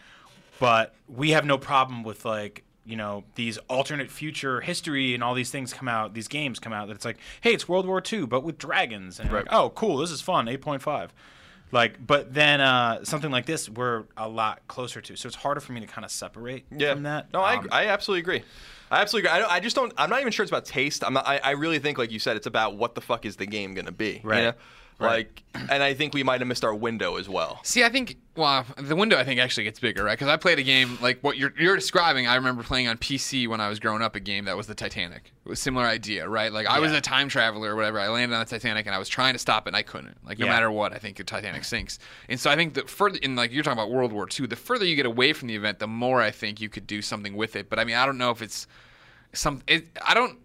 but we have no problem with like you know these alternate future history and all these things come out. These games come out that it's like, hey, it's World War II, but with dragons, and you're like,
Right.
oh, cool, this is fun. Eight point five. Like, but then uh, something like this, we're a lot closer to, so it's harder for me to kind of separate
yeah.
from that.
No, I,
Um,
agree. I absolutely agree. I absolutely agree. I, don't, I just don't. I'm not even sure it's about taste. I'm not, I, I really think, like you said, it's about what the fuck is the game gonna be.
Right.
You know? Like, and I think we might have missed our window as well.
See, I think well, the window I think actually gets bigger, right? Because I played a game like what you're you're describing. I remember playing on PC when I was growing up a game that was the Titanic. It was a similar idea, right? Like I was a time traveler or whatever. I landed on the Titanic and I was trying to stop it and I couldn't. Like no
Yeah.
matter what, I think the Titanic sinks. And so I think the further in like you're talking about World War II, the further you get away from the event, the more I think you could do something with it. But I mean, I don't know if it's some. It, I don't.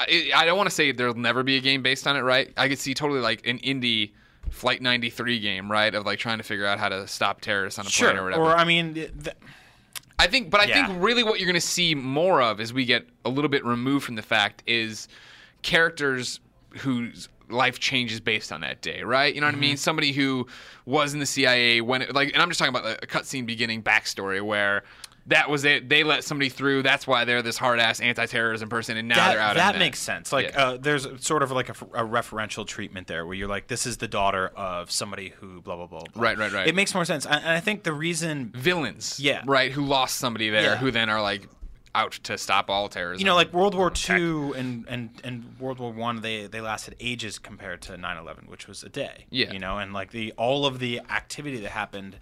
I, I don't want to say there'll never be a game based on it, right? I could see totally like an indie Flight 93 game, right? Of like trying to figure out how to stop terrorists on a plane or
sure.
whatever.
Or I mean, th- th-
I think, but I
Yeah.
think really what you're going to see more of as we get a little bit removed from the fact is characters whose life changes based on that day, right? You know what I mean?
Mm-hmm.
Somebody who was in the CIA when, it, like, and I'm just talking about a- a cutscene beginning backstory where. That was it. They let somebody through. That's why they're this hard ass anti terrorism person, and now
that,
they're out. on
that makes sense. Like,
Yeah.
uh, there's sort of like a, f- a referential treatment there, where you're like, this is the daughter of somebody who blah blah blah. blah.
Right, right, right.
It makes more sense, and and I think the reason,
villains,
Yeah.
right, who lost somebody there,
Yeah.
who then are like out to stop all terrorism.
you know, like World War Two and, and and World War One, they they lasted ages compared to 9/11, which was a day.
Yeah.
you know, and like the all of the activity that happened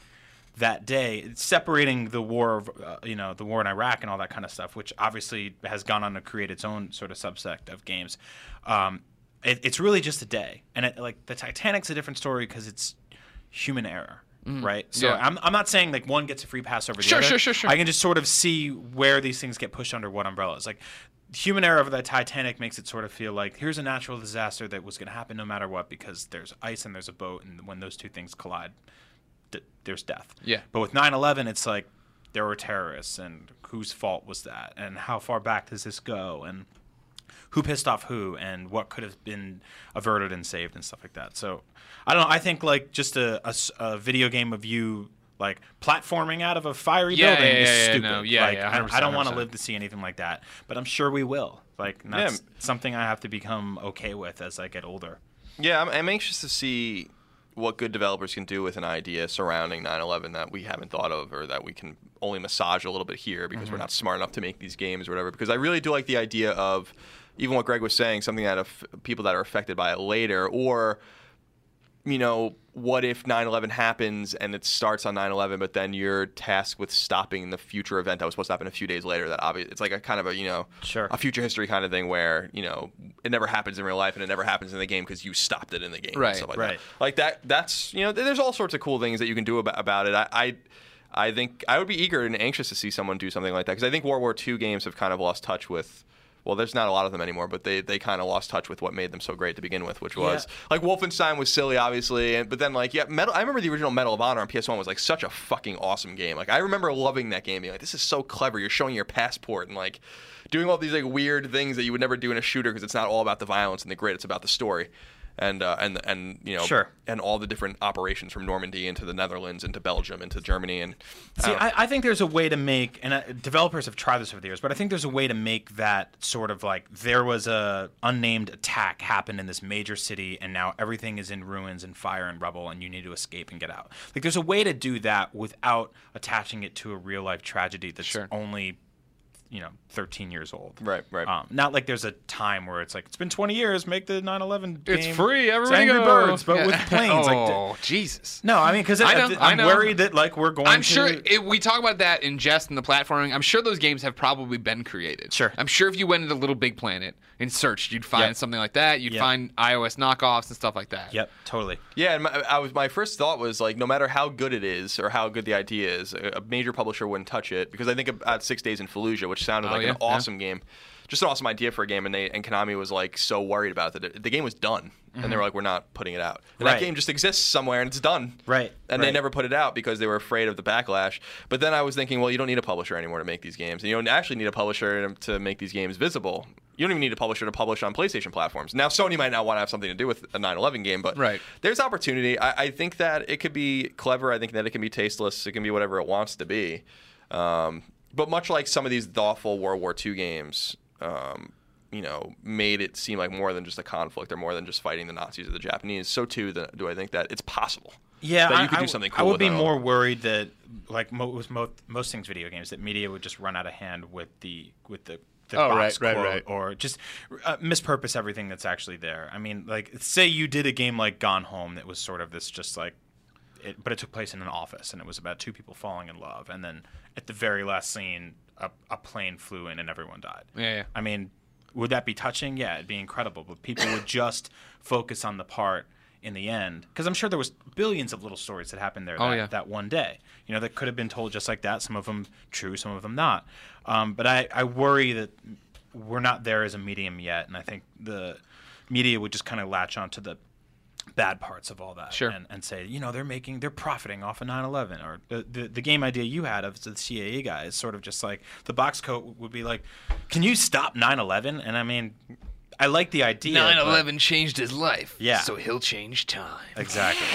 that day, separating the war of uh, you know the war in Iraq and all that kind of stuff, which obviously has gone on to create its own sort of subsect of games. Um, it, it's really just a day, and it, like the Titanic's a different story because it's human error. Right, so
Mm-hmm. Yeah.
I'm, I'm not saying like one gets a free pass over the
Sure,
other.
sure, sure, sure.
I can just sort of see where these things get pushed under what umbrellas. Like human error of the Titanic makes it sort of feel like here's a natural disaster that was going to happen no matter what because there's ice and there's a boat, and when those two things collide, d- there's death.
Yeah.
But with 9/11, it's like there were terrorists, and whose fault was that, and how far back does this go, and who pissed off who and what could have been averted and saved and stuff like that. So I don't know. I think like just a, a s- a video game of you like platforming out of a fiery
Yeah,
building
yeah,
is
yeah, yeah,
stupid.
no, yeah,
like,
yeah,
I- I
100%,
don't want to
100%.
live to see anything like that, but I'm sure we will. Like and that's something I have to become okay with as I get older.
Yeah, I'm, I'm anxious to see what good developers can do with an idea surrounding 9/11 that we haven't thought of, or that we can only massage a little bit here because
Mm-hmm.
we're not smart enough to make these games or whatever. Because I really do like the idea of even what Greg was saying, something that aff- people that are affected by it later, or you know, what if 9/11 happens and it starts on 9/11, but then you're tasked with stopping the future event that was supposed to happen a few days later? That obviously, it's like a kind of a you know,
Sure.
a future history kind of thing where you know it never happens in real life and it never happens in the game because you stopped it in the game. and
Right,
stuff like
right.
That. Like that. That's you know, th- there's all sorts of cool things that you can do about about it. I. I I think I would be eager and anxious to see someone do something like that because I think World War II games have kind of lost touch with, well, there's not a lot of them anymore, but they, they kind of lost touch with what made them so great to begin with, which was
Yeah.
like Wolfenstein was silly, obviously, and, but then like yeah, Metal. I remember the original Medal of Honor on PS1 was like such a fucking awesome game. Like I remember loving that game. Being like, this is so clever. You're showing your passport and like doing all these like weird things that you would never do in a shooter because it's not all about the violence and the grit. It's about the story, and uh, and and you know
Sure.
and all the different operations from Normandy into the Netherlands into Belgium into Germany and
Oh.
See,
don't know.
I, I think there's a way to make, and uh, developers have tried this over the years, but I think there's a way to make that sort of like there was a unnamed attack happened in this major city, and now everything is in ruins and fire and rubble, and you need to escape and get out. Like there's a way to do that without attaching it to a real life tragedy that's
Sure.
only, you know, 13 years old.
Right, right.
Um, not like there's a time where it's like it's been 20 years, make the 9/11.
it's
game.
free.
It's
Everybody
Angry
go.
Birds, but
Yeah. [LAUGHS]
with planes. like,
oh Jesus!
no, I mean, because
I know, I
I'm
know.
worried that like we're going.
I'm
to,
sure it, we talk about that in jest and the platforming. I'm sure those games have probably been created.
Sure.
I'm sure if you went into Little Big Planet and searched, you'd find
Yep.
something like that. You'd
Yep.
find iOS knockoffs and stuff like that.
Yep, totally.
Yeah, and my, I was my first thought was like, no matter how good it is or how good the idea is, a, a major publisher wouldn't touch it because I think about Six Days in Fallujah, which which sounded
Oh,
like
yeah,
an
yeah.
awesome game. Just an awesome idea for a game, and they and Konami was like so worried about it. that The game was done, and they were like, "We're not putting it out." And
Right.
that game just exists somewhere, and it's done.
Right,
And they
right.
never put it out because they were afraid of the backlash. But then I was thinking, well, you don't need a publisher anymore to make these games, and you don't actually need a publisher to to make these games visible. You don't even need a publisher to publish on PlayStation platforms. Now, Sony might not want to have something to do with a 9/11 game, but
Right.
there's opportunity. I, I think that it could be clever. I think that it can be tasteless. It can be whatever it wants to be. Um, but much like some of these thoughtful World War II games, um, you know, made it seem like more than just a conflict or more than just fighting the Nazis or the Japanese. So too, the, do I think that it's possible?
Yeah,
that
I,
you could
I
do
w-
something
I
cool.
would
with
be
that.
more worried that, like mo- with mo- most things, video games, that media would just run out of hand with the with the. The
Oh,
box
right, right,
quote
right.
Or just uh, mispurpose everything that's actually there. I mean, like, say you did a game like Gone Home that was sort of this just like, it, but it took place in an office and it was about two people falling in love. And then at the very last scene, a, a plane flew in and everyone died.
Yeah, yeah.
I mean, would that be touching? Yeah, it'd be incredible. But people would just focus on the part in the end because I'm sure there was billions of little stories that happened there.
Oh,
that,
yeah.
that one day, you know, that could have been told just like that. Some of them true, some of them not. Um, but I, I worry that we're not there as a medium yet, and I think the media would just kind of latch onto the bad parts of all that
Sure.
and, and say you know they're making they're profiting off of 9-11 or the, the, the game idea you had of the CAA guy is sort of just like the box coat would be like can you stop 9-11 and I mean I like the idea but-
9/11 changed his life.
Yeah.
So he'll change time.
exactly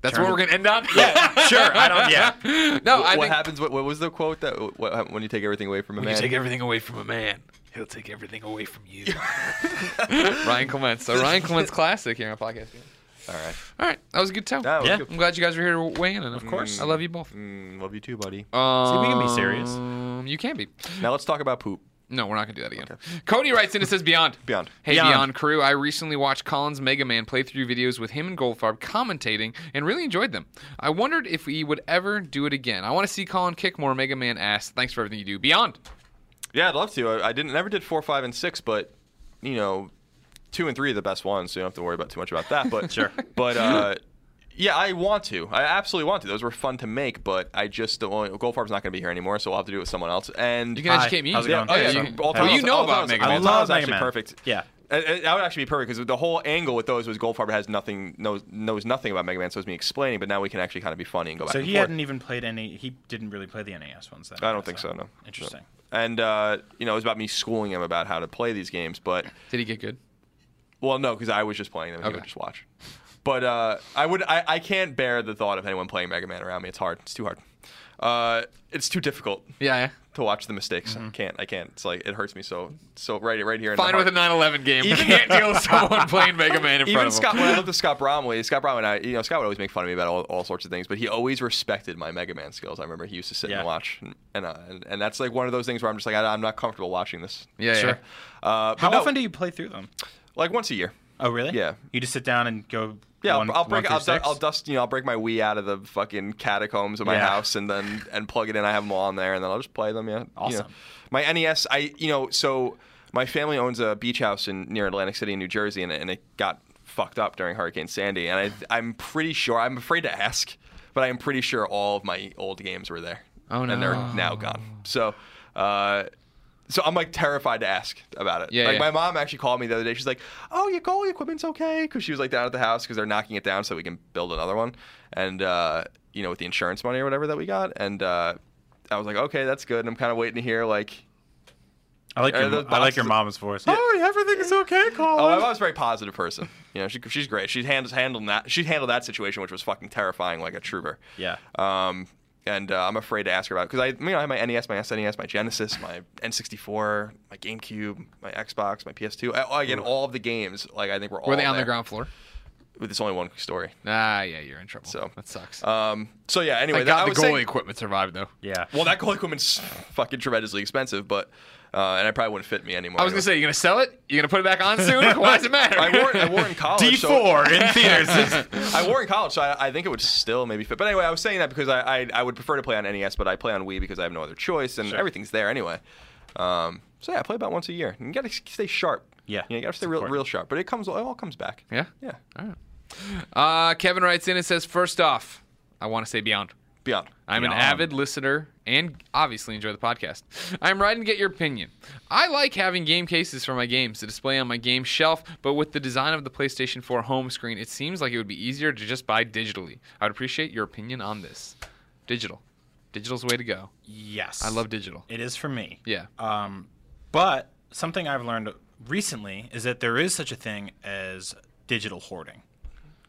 That's
Turn
where
it-
we're gonna end
[LAUGHS]
on.
sure I don't yeah
[LAUGHS] no,
What,
I
what
think
happens? What, what was the quote that what, hap- when you take everything away from a
When
man?
you take everything away from a man, he'll take everything away from you.
Ryan Clements. So Ryan
[LAUGHS]
Clements classic here on podcast.
All right.
All right, that was a good time.
That was
Yeah.
good.
I'm glad you guys were here to weigh in. And of
course.
I love you both.
Mm, love you too, buddy.
Um,
we can be serious.
You can be.
now let's talk about poop.
No, we're not gonna do that again. Cody writes in and says Beyond.
Beyond.
Hey
Beyond.
Beyond. crew, I recently watched Colin's Mega Man playthrough videos with him and Goldfarb commentating and really enjoyed them. I wondered if we would ever do it again. I want to see Colin kick more Mega Man ass. Thanks for everything you do. Beyond.
Yeah, I'd love to. I, I didn't never did four, five, and six, but you know, two and three are the best ones, so you don't have to worry about too much about that. But
Sure.
But uh, yeah, I want to. I absolutely want to. Those were fun to make, but I just don't. Well, Goldfarb's not going to be here anymore, so I'll have to do it with someone else. And
You can
Hi,
educate me.
how's it
yeah,
going?
oh yeah,
Hey,
you
son.
can, all
Hey.
time
Well, you know about
Alta's,
Mega
Man. I
Alta's
love
actually
Mega Man.
perfect.
Yeah.
Uh, uh, that would actually be perfect because the whole angle with those was Goldfarb has nothing knows knows nothing about Mega Man, so it's me explaining. But now we can actually kind of be funny and go back.
so
and
he
forth.
hadn't even played any he didn't really play the NES ones then
I don't think so. No.
interesting
No. And uh, you know, it was about me schooling him about how to play these games, but
Did he get good?
Well, no, because I was just playing them. And He
Okay.
would just watch. But uh, I would. I, I can't bear the thought of anyone playing Mega Man around me. It's hard. It's too hard. Uh, it's too difficult
Yeah. yeah.
to watch the mistakes.
Mm-hmm.
I can't. I can't. It's like it hurts me so. So right, right here. in the
Fine with a
heart.
9/11 game. [LAUGHS] You can't deal with
[LAUGHS]
someone playing Mega Man in front
Even
of
Scott,
him.
when
[LAUGHS]
I looked at Scott Bromley, Scott Bromley, and I, you know, Scott would always make fun of me about all, all sorts of things, but he always respected my Mega Man skills. I remember he used to sit
Yeah.
and watch, and and, uh, and and that's like one of those things where I'm just like, I, am not comfortable watching this.
Yeah. yeah.
Sure.
Uh, but
how
no,
often do you play through them
Like once a year.
oh really
Yeah.
you just sit down and go
Yeah,
one-
I'll, I'll
one
break.
through
I'll, du-
six?
I'll dust. You know, I'll break my Wii out of the fucking catacombs of my
Yeah.
house, and then and plug it in. I have them all on there, and then I'll just play them. Yeah, You know.
Awesome.
My NES. I you know so my family owns a beach house in near Atlantic City, in New Jersey, and, it- and it got fucked up during Hurricane Sandy. And I I'm pretty sure. I'm afraid to ask, but I'm pretty sure all of my old games were there.
Oh,
And they're
no.
now gone. So. uh so I'm like terrified to ask about it.
Yeah,
like
yeah.
my mom actually called me the other day. She's like, "Oh, your goalie equipment's okay," because she was like down at the house because they're knocking it down so we can build another one, and uh, you know with the insurance money or whatever that we got. And uh, I was like, "Okay, that's good." And I'm kind of waiting to hear like,
I like
Are
your,
those
I like your
Uh, boxes-
mama's voice.
"Oh, everything is okay, Colin." Oh, my mom's a very positive person. You know, she, she's great. She handles handled that. She handled that situation, which was fucking terrifying, like a trooper.
Yeah.
Um, and uh, I'm afraid to ask her about because I, you know, I have my NES, my SNES, my Genesis, my N64, my GameCube, my Xbox, my PS2. I, oh, again, all of the games, like I think we're all
Were they on
there.
the ground floor?
But It's only one story.
Ah, yeah, you're in trouble.
So-
that sucks.
Um, so yeah. Anyway,
Thank
that, I
God the
was
goalie
saying-
equipment survived though.
Yeah.
well, that goalie equipment's fucking tremendously expensive, but uh, and I probably wouldn't fit me anymore.
I was gonna say, you gonna sell it? You gonna put it back on
[LAUGHS]
soon? Why does it matter?
I wore, it- I wore it in college.
D
so-
four
[LAUGHS]
in theaters.
I wore it in college, so I, I think it would still maybe fit. But anyway, I was saying that because I, I, I would prefer to play on NES, but I play on Wii because I have no other choice, and everything's there anyway. Um, so yeah, I play about once a year. And you gotta s- stay sharp.
Yeah,
you, know, you gotta
it's
stay real,
important.
real sharp. But it comes, it all comes back.
Yeah?
yeah.
All right. Uh, Kevin writes in and says, first off, I want to say Beyond.
Beyond.
I'm an
Yum.
avid listener and obviously enjoy the podcast. I'm riding to get your opinion. I like having game cases for my games to display on my game shelf, but with the design of the PlayStation 4 home screen, it seems like it would be easier to just buy digitally. I'd appreciate your opinion on this. Digital. Digital's the way to go.
Yes.
I love digital.
It is for me.
Yeah.
Um, but something I've learned recently is that there is such a thing as digital hoarding.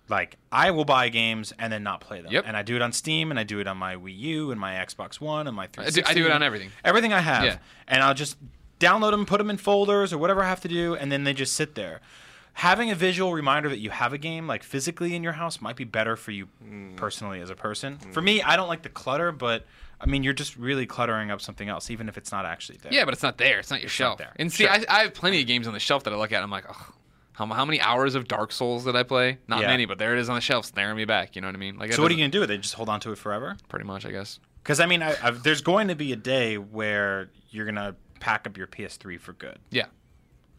Like I will buy games and then not play them,
Yep.
and I do it on Steam, and I do it on my Wii U, and my Xbox One, and my
I
360.
do- I do it on everything.
Everything I have,
Yeah.
and I'll just download them, put them in folders or whatever I have to do, and then they just sit there. Having a visual reminder that you have a game, like physically in your house, might be better for you personally as a person. For me, I don't like the clutter, but I mean, you're just really cluttering up something else, even if it's not actually there.
Yeah, but it's not there. It's not your shelf.
there.
And see, I, I have plenty of games on the shelf that I look at. And I'm like, oh, how, how many hours of Dark Souls did I play? Not
Yeah.
many, but there it is on the shelf, staring me back. You know what I mean? Like,
So what are you gonna do with it? Just hold on to it forever?
Pretty much, I guess.
Because I mean, I, I've, there's going to be a day where you're gonna pack up your PS3 for good,
Yeah.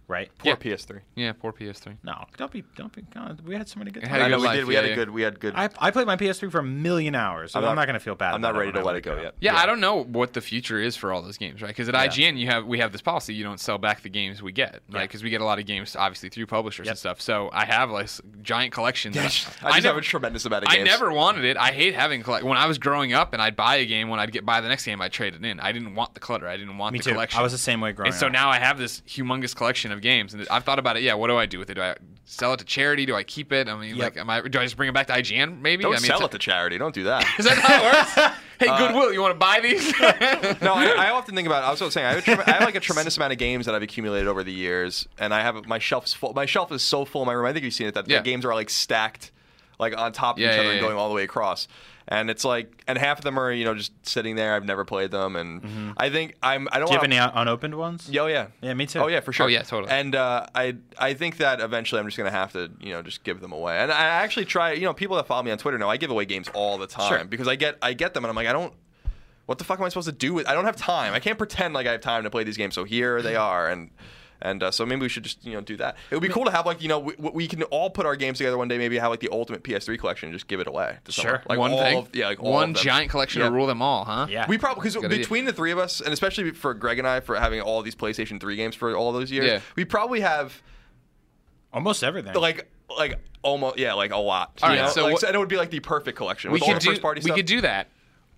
right?
Poor
Yeah.
PS3.
Yeah. Poor PS3.
No, don't be, don't be. God, we had so many good.
It
Times.
had a
I know
good
we
life,
did. We
yeah,
had
yeah.
a good. We had good.
I, I played my PS3 for a million hours, so I'm not, gonna feel bad.
I'm not
about
ready
when
to
I
let it
wake
go
up.
yet.
Yeah, I don't know what the future is for all those games, right? Because at IGN, you have we have this policy: you don't sell back the games we get, right? Because we get a lot of games, obviously through publishers and stuff. So I have like s- giant collections.
[LAUGHS] I just have a tremendous amount of
I
games.
never wanted it. I hate having collect. When I was growing up, and I'd buy a game, when I'd get buy the next game, I'd trade it in. I didn't want the clutter. I didn't want
Me
the
too.
collection.
I was the same way growing
and so
up.
now I have this humongous collection of games, and I've thought about it. Yeah, what do I do with it? Do I sell it to charity? Do I keep it? I mean,
Yep.
like, am I? Do I just bring it back to IGN? Maybe.
Don't
I mean,
sell it
it's-
to Uh, charity. Don't do that.
[LAUGHS] Is that
[LAUGHS]
how it works? hey, Goodwill, you want to buy these? [LAUGHS]
no, I, I often think about. I was also saying I have, a trem- I have like a tremendous amount of games that I've accumulated over the years, and I have my shelf's full. My shelf is so full in my room. I think you've seen it that
Yeah.
the games are like stacked, like on top of
Yeah,
each
yeah,
other and
yeah.
going all the way across. And it's like, and half of them are you know just sitting there. I've never played them, and
Mm-hmm.
I think I'm. I don't
Do you have
wanna-
any un- unopened ones?
Yeah, Oh yeah.
Yeah, me too.
Oh yeah, for sure.
Oh, yeah, totally.
And uh, I I think that eventually I'm just gonna have to you know just give them away. And I actually try you know people that follow me on Twitter know I give away games all the time
Sure.
because I get I get them and I'm like I don't. What the fuck am I supposed to do with? I don't have time. I can't pretend like I have time to play these games. So here
[LAUGHS]
they are, and and uh, so maybe we should just you know do that. It would be cool to have like you know we, we can all put our games together one day. Maybe have like the ultimate PS3 collection and just give it away. To someone.
Sure.
like
one
all
thing.
of- yeah, like all
one
of them.
giant collection
Yeah.
to rule them all, huh?
Yeah.
We probably because
Good idea.
between the three of us, and especially for Greg and I, for having all these PlayStation Three games for all those years,
Yeah.
we probably have
Almost everything.
like like almost yeah like a lot.
All
you
right,
know?
so
Like,
what-
and it would be like the perfect collection.
We
with all
could
the
do.
first party
We
stuff.
could do that.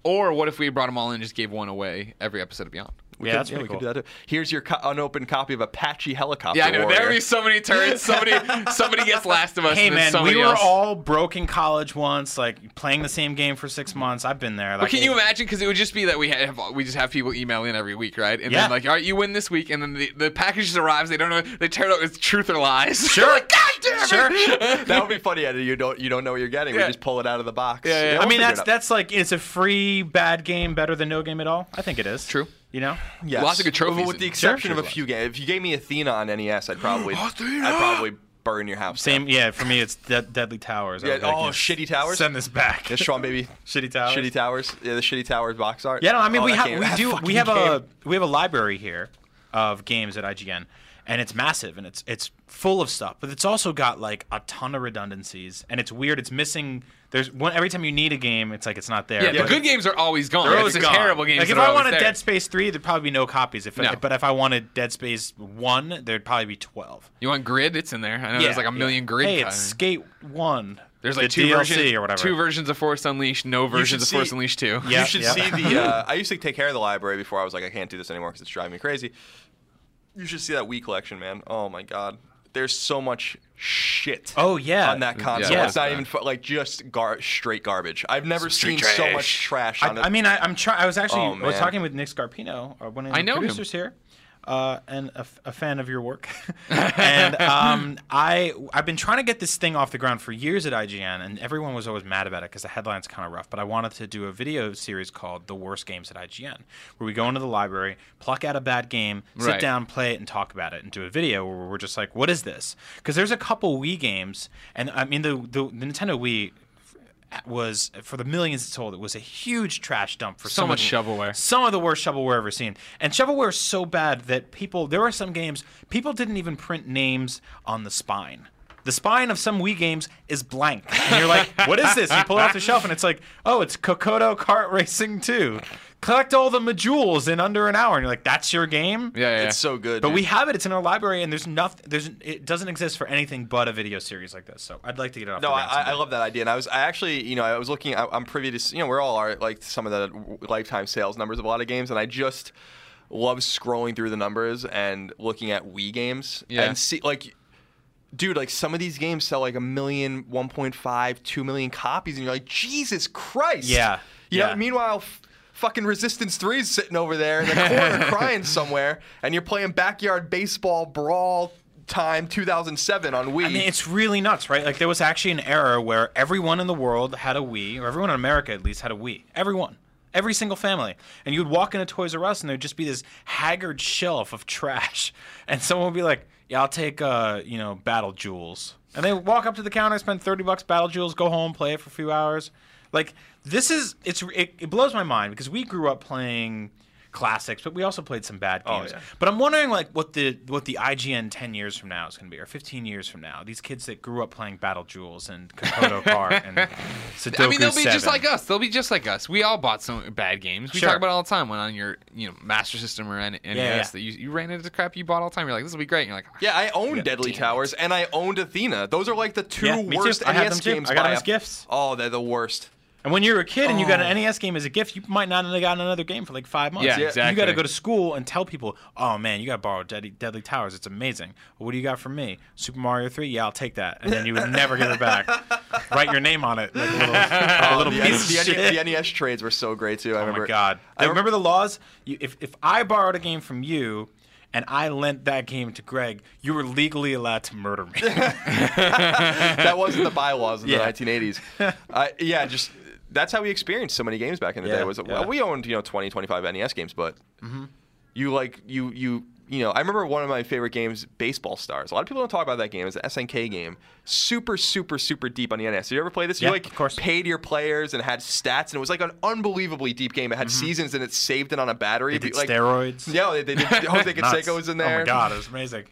Or what if we brought them all in and just gave one away every episode of Beyond?
We
Yeah,
could-
that's
we
pretty
could
cool.
do that too. Here's your co- unopened copy of Apache Helicopter.
Yeah, I know. There
Warrior.
would be so many turns.
[LAUGHS]
Somebody, somebody gets Last of Us.
Hey
and then
man, we
somebody
were
else.
all broke in college once, like playing the same game for six months. I've been there. Like,
But can you imagine? Because it would just be that we have we just have people email in every week, right? And
Yeah.
then like, all right, you win this week, and then the, the package just arrives. They don't know. They tear it out. It's truth or lies. [LAUGHS] Sure. like, God damn it. [LAUGHS]
that would be funny. Eddie. You don't you don't know what you're getting. We
Yeah.
just pull it out of the box.
Yeah, yeah.
I
we'll
mean,
figure it
that's
out.
that's like it's a free bad game better than no game at all. I think it is.
True.
You know.
Yes.
Lots of good trophies
With
in
the
there.
exception
Sure.
of a few games. If you gave me Athena on NES, I'd probably I'd probably burn your house.
Same. Yeah. For me, it's De- Deadly Towers. I
Yeah,
was like,
oh,
yes,
Shitty Towers?
Send this back.
Yeah, Sean, baby.
Shitty Towers.
Shitty Towers. Yeah, the Shitty Towers box art.
[LAUGHS] Yeah, no, I mean
Oh,
we
that
have
game-
we
that
do we
fucking
have a
game.
we have a library here of games at IGN, and it's massive and it's it's full of stuff, but it's also got like a ton of redundancies, and it's weird. It's missing. There's one every time you need a game, it's like it's not there.
Yeah,
but
the good games are always gone.
they're
it's
always
the
gone.
terrible games.
Like
that
if
are
I
always
wanted
there.
Dead Space three, there'd probably be no copies. If
No.
but if I wanted Dead Space one, there'd probably be twelve.
You want Grid? It's in there. I know there's like a million Grid.
Hey,
kinda-
it's Skate one.
There's like
the
two
DLC
versions
or whatever.
Two versions of Force Unleashed, no versions of
see-
Force Unleashed [LAUGHS] two.
Yeah,
you should
yeah.
see the.
[LAUGHS]
Uh, I used to take care of the library before I was like, I can't do this anymore because it's driving me crazy. You should see that Wii collection, man. Oh my god, there's so much shit.
Oh, yeah.
on that console,
Yeah.
it's not even fu- like just gar- straight garbage. I've never seen so
trash.
much trash. On
I,
it.
I mean, I, I'm trying. I was actually
Oh,
I was
man.
talking with Nick Scarpino, uh, one of the
I know him.
producers here, uh, and a, f- a fan of
[LAUGHS]
your work. [LAUGHS] and um, I I've been trying to get this thing off the ground for years at IGN, and everyone was always mad about it because the headline's kind of rough. But I wanted to do a video series called "The Worst Games at IGN," where we go into the library, pluck out a bad game, sit
Right.
down, play it, and talk about it, and do a video where we're just like, "What is this?" Because there's a couple Wii games, and I mean the the, the Nintendo Wii was for the millions it sold. It was a huge trash dump for
So
some
much
of the-
shovelware.
Some of the worst shovelware ever seen. And shovelware is so bad that people there were some games people didn't even print names on the spine. the spine of some Wii games is blank. And you're like, [LAUGHS] what is this? You pull it off the shelf and it's like, oh, it's Kokodo Kart Racing 2. Collect all the modules in under an hour. And you're like, that's your game?
Yeah, yeah.
It's so good.
But
dude.
we have it. It's in our library, and there's nothing. There's it doesn't exist for anything but a video series like this. So I'd like to get it off.
No,
the
I,
ground
I- I
someday.
love that idea, and I was I actually, you know, I was looking. I, I'm privy to, s- you know, we're all are like some of the w- lifetime sales numbers of a lot of games, and I just love scrolling through the numbers and looking at Wii games
Yeah.
and see like. Dude, like some of these games sell like a million, 1.5, 2 million copies, and you're like, Jesus Christ.
Yeah,
You know,
yeah.
meanwhile, f- fucking Resistance 3 is sitting over there in the
[LAUGHS]
corner crying somewhere, and you're playing Backyard Baseball Brawl Time 2007 on Wii.
I mean, it's really nuts, right? Like there was actually an era where everyone in the world had a Wii, or everyone in America at least had a Wii. Everyone. Every single family. And you would walk into Toys R Us and there'd just be this haggard shelf of trash. [LAUGHS] And someone would be like, Yeah, I'll take uh, you know, Battle Jewels. And they walk up to the counter, spend thirty bucks, Battle Jewels, go home, play it for a few hours. Like this is it's it, it blows my mind because we grew up playing classics, but we also played some bad games.
Oh, yeah.
But I'm wondering like what the what the IGN 10 years from now is going to be or 15 years from now. These kids that grew up playing Battle Jewels and
[LAUGHS]
Kokodo Kart and Sudoku
I mean, they'll be
7.
just like us. They'll be just like us. We all bought some bad games. We
Sure.
talk about it all the time when on your you know Master System or N- NES
yeah.
that you, you ran into the crap you bought all the time. You're like, this will be great. And you're like, "Ah,
Yeah, I owned Deadly Towers and I owned Athena. Those are like the two
Yeah, me too.
worst
I
NES
had them too.
games.
I got
by
them
a-
as gifts.
Oh, they're the worst.
And when you're a kid and you got an NES game as a gift, you might not have gotten another game for like five months.
Oh. Yeah,
You
exactly.
got to go to school and tell people, oh man, you got to borrow Deadly, Deadly Towers. It's amazing. Well, what do you got from me? Super Mario 3? Yeah, I'll take that. And then you would never get
[LAUGHS]
it back. Write your name on it. Like a little, like a little
Um, The,
piece
the,
of shit.
the NES trades were so great too. I
Oh
remember.
my god!
I
I remember the laws. You, if if I borrowed a game from you, and I lent that game to Greg, you were legally allowed to murder
[LAUGHS]
me.
that wasn't the bylaws in
Yeah. [LAUGHS]
the 1980s. Uh, yeah, just that's how we experienced so many games back in the
Yeah,
day. Was
yeah. Mm-hmm.
well, we owned you know 20, 25 NES E games, but you like you you you know I remember one of my favorite games, Baseball Stars. A lot of people don't talk about that game. It's an SNK game, super super super deep on the NES. Did you ever play this?
Yeah,
you like
of course.
paid your players and had stats, and it was like an unbelievably deep game. It had seasons and it saved it on a battery.
Mm-hmm. did
Be- like,
steroids.
Yeah, they, they did. Jose
[LAUGHS] Nuts.
Canseco was in
Oh
there.
my god, it was amazing.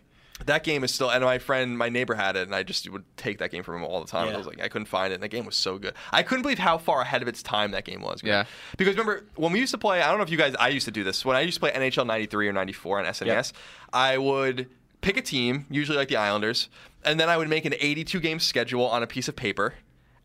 That game is still, and my friend, my neighbor had it, and I just would take that game from him all the time.
Yeah.
I was like, I couldn't find it, and that game was so good. I couldn't believe how far ahead of its time that game was.
Yeah.
Because remember, when we used to play, I don't know if you guys, I used to do this. When I used to play NHL 93 or 94 on SNES, I would pick a team, usually like the Islanders, and then I would make an 82 game schedule on a piece of paper.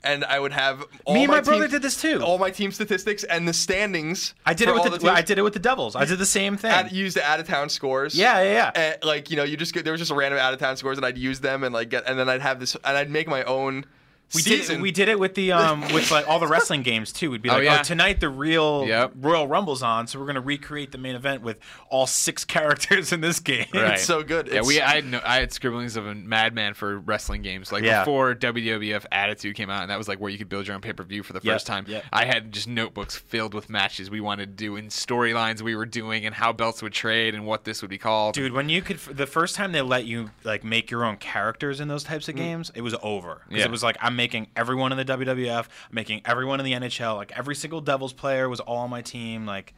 And I would have all
Me and
my
my brother
team-
did this too.
All my team statistics and the standings.
I did
for
it
all
with the,
teams
I did it with the Devils. I did the same thing.
out, used out of town scores.
Yeah, yeah, yeah.
And, like you know, you just get there was just a random out of town scores, and I'd use them and like get, and then I'd have this, and I'd make my own.
we
season.
did we did it with the
[LAUGHS]
um with like all the wrestling games too. We'd be
Oh,
like, oh,
yeah.
tonight the real
Yep.
Royal Rumble's on, so we're gonna recreate the main event with all six characters in this game.
Right.
It's so good.
Yeah,
It's-
we. I had no, I had scribblings of a madman for wrestling games, like
Yeah.
before WWF Attitude came out, and that was like where you could build your own pay per view for the
Yeah,
first time.
yeah.
I had just notebooks filled with matches we wanted to do and storylines we were doing and how belts would trade and what this would be called.
Dude, when you could, the first time they let you like make your own characters in those types of games, it was over. 'Cause
Mm. Yeah.
it was like I'm making everyone in the WWF, I'm making everyone in the NHL, like every single Devils player was all on my team. Like,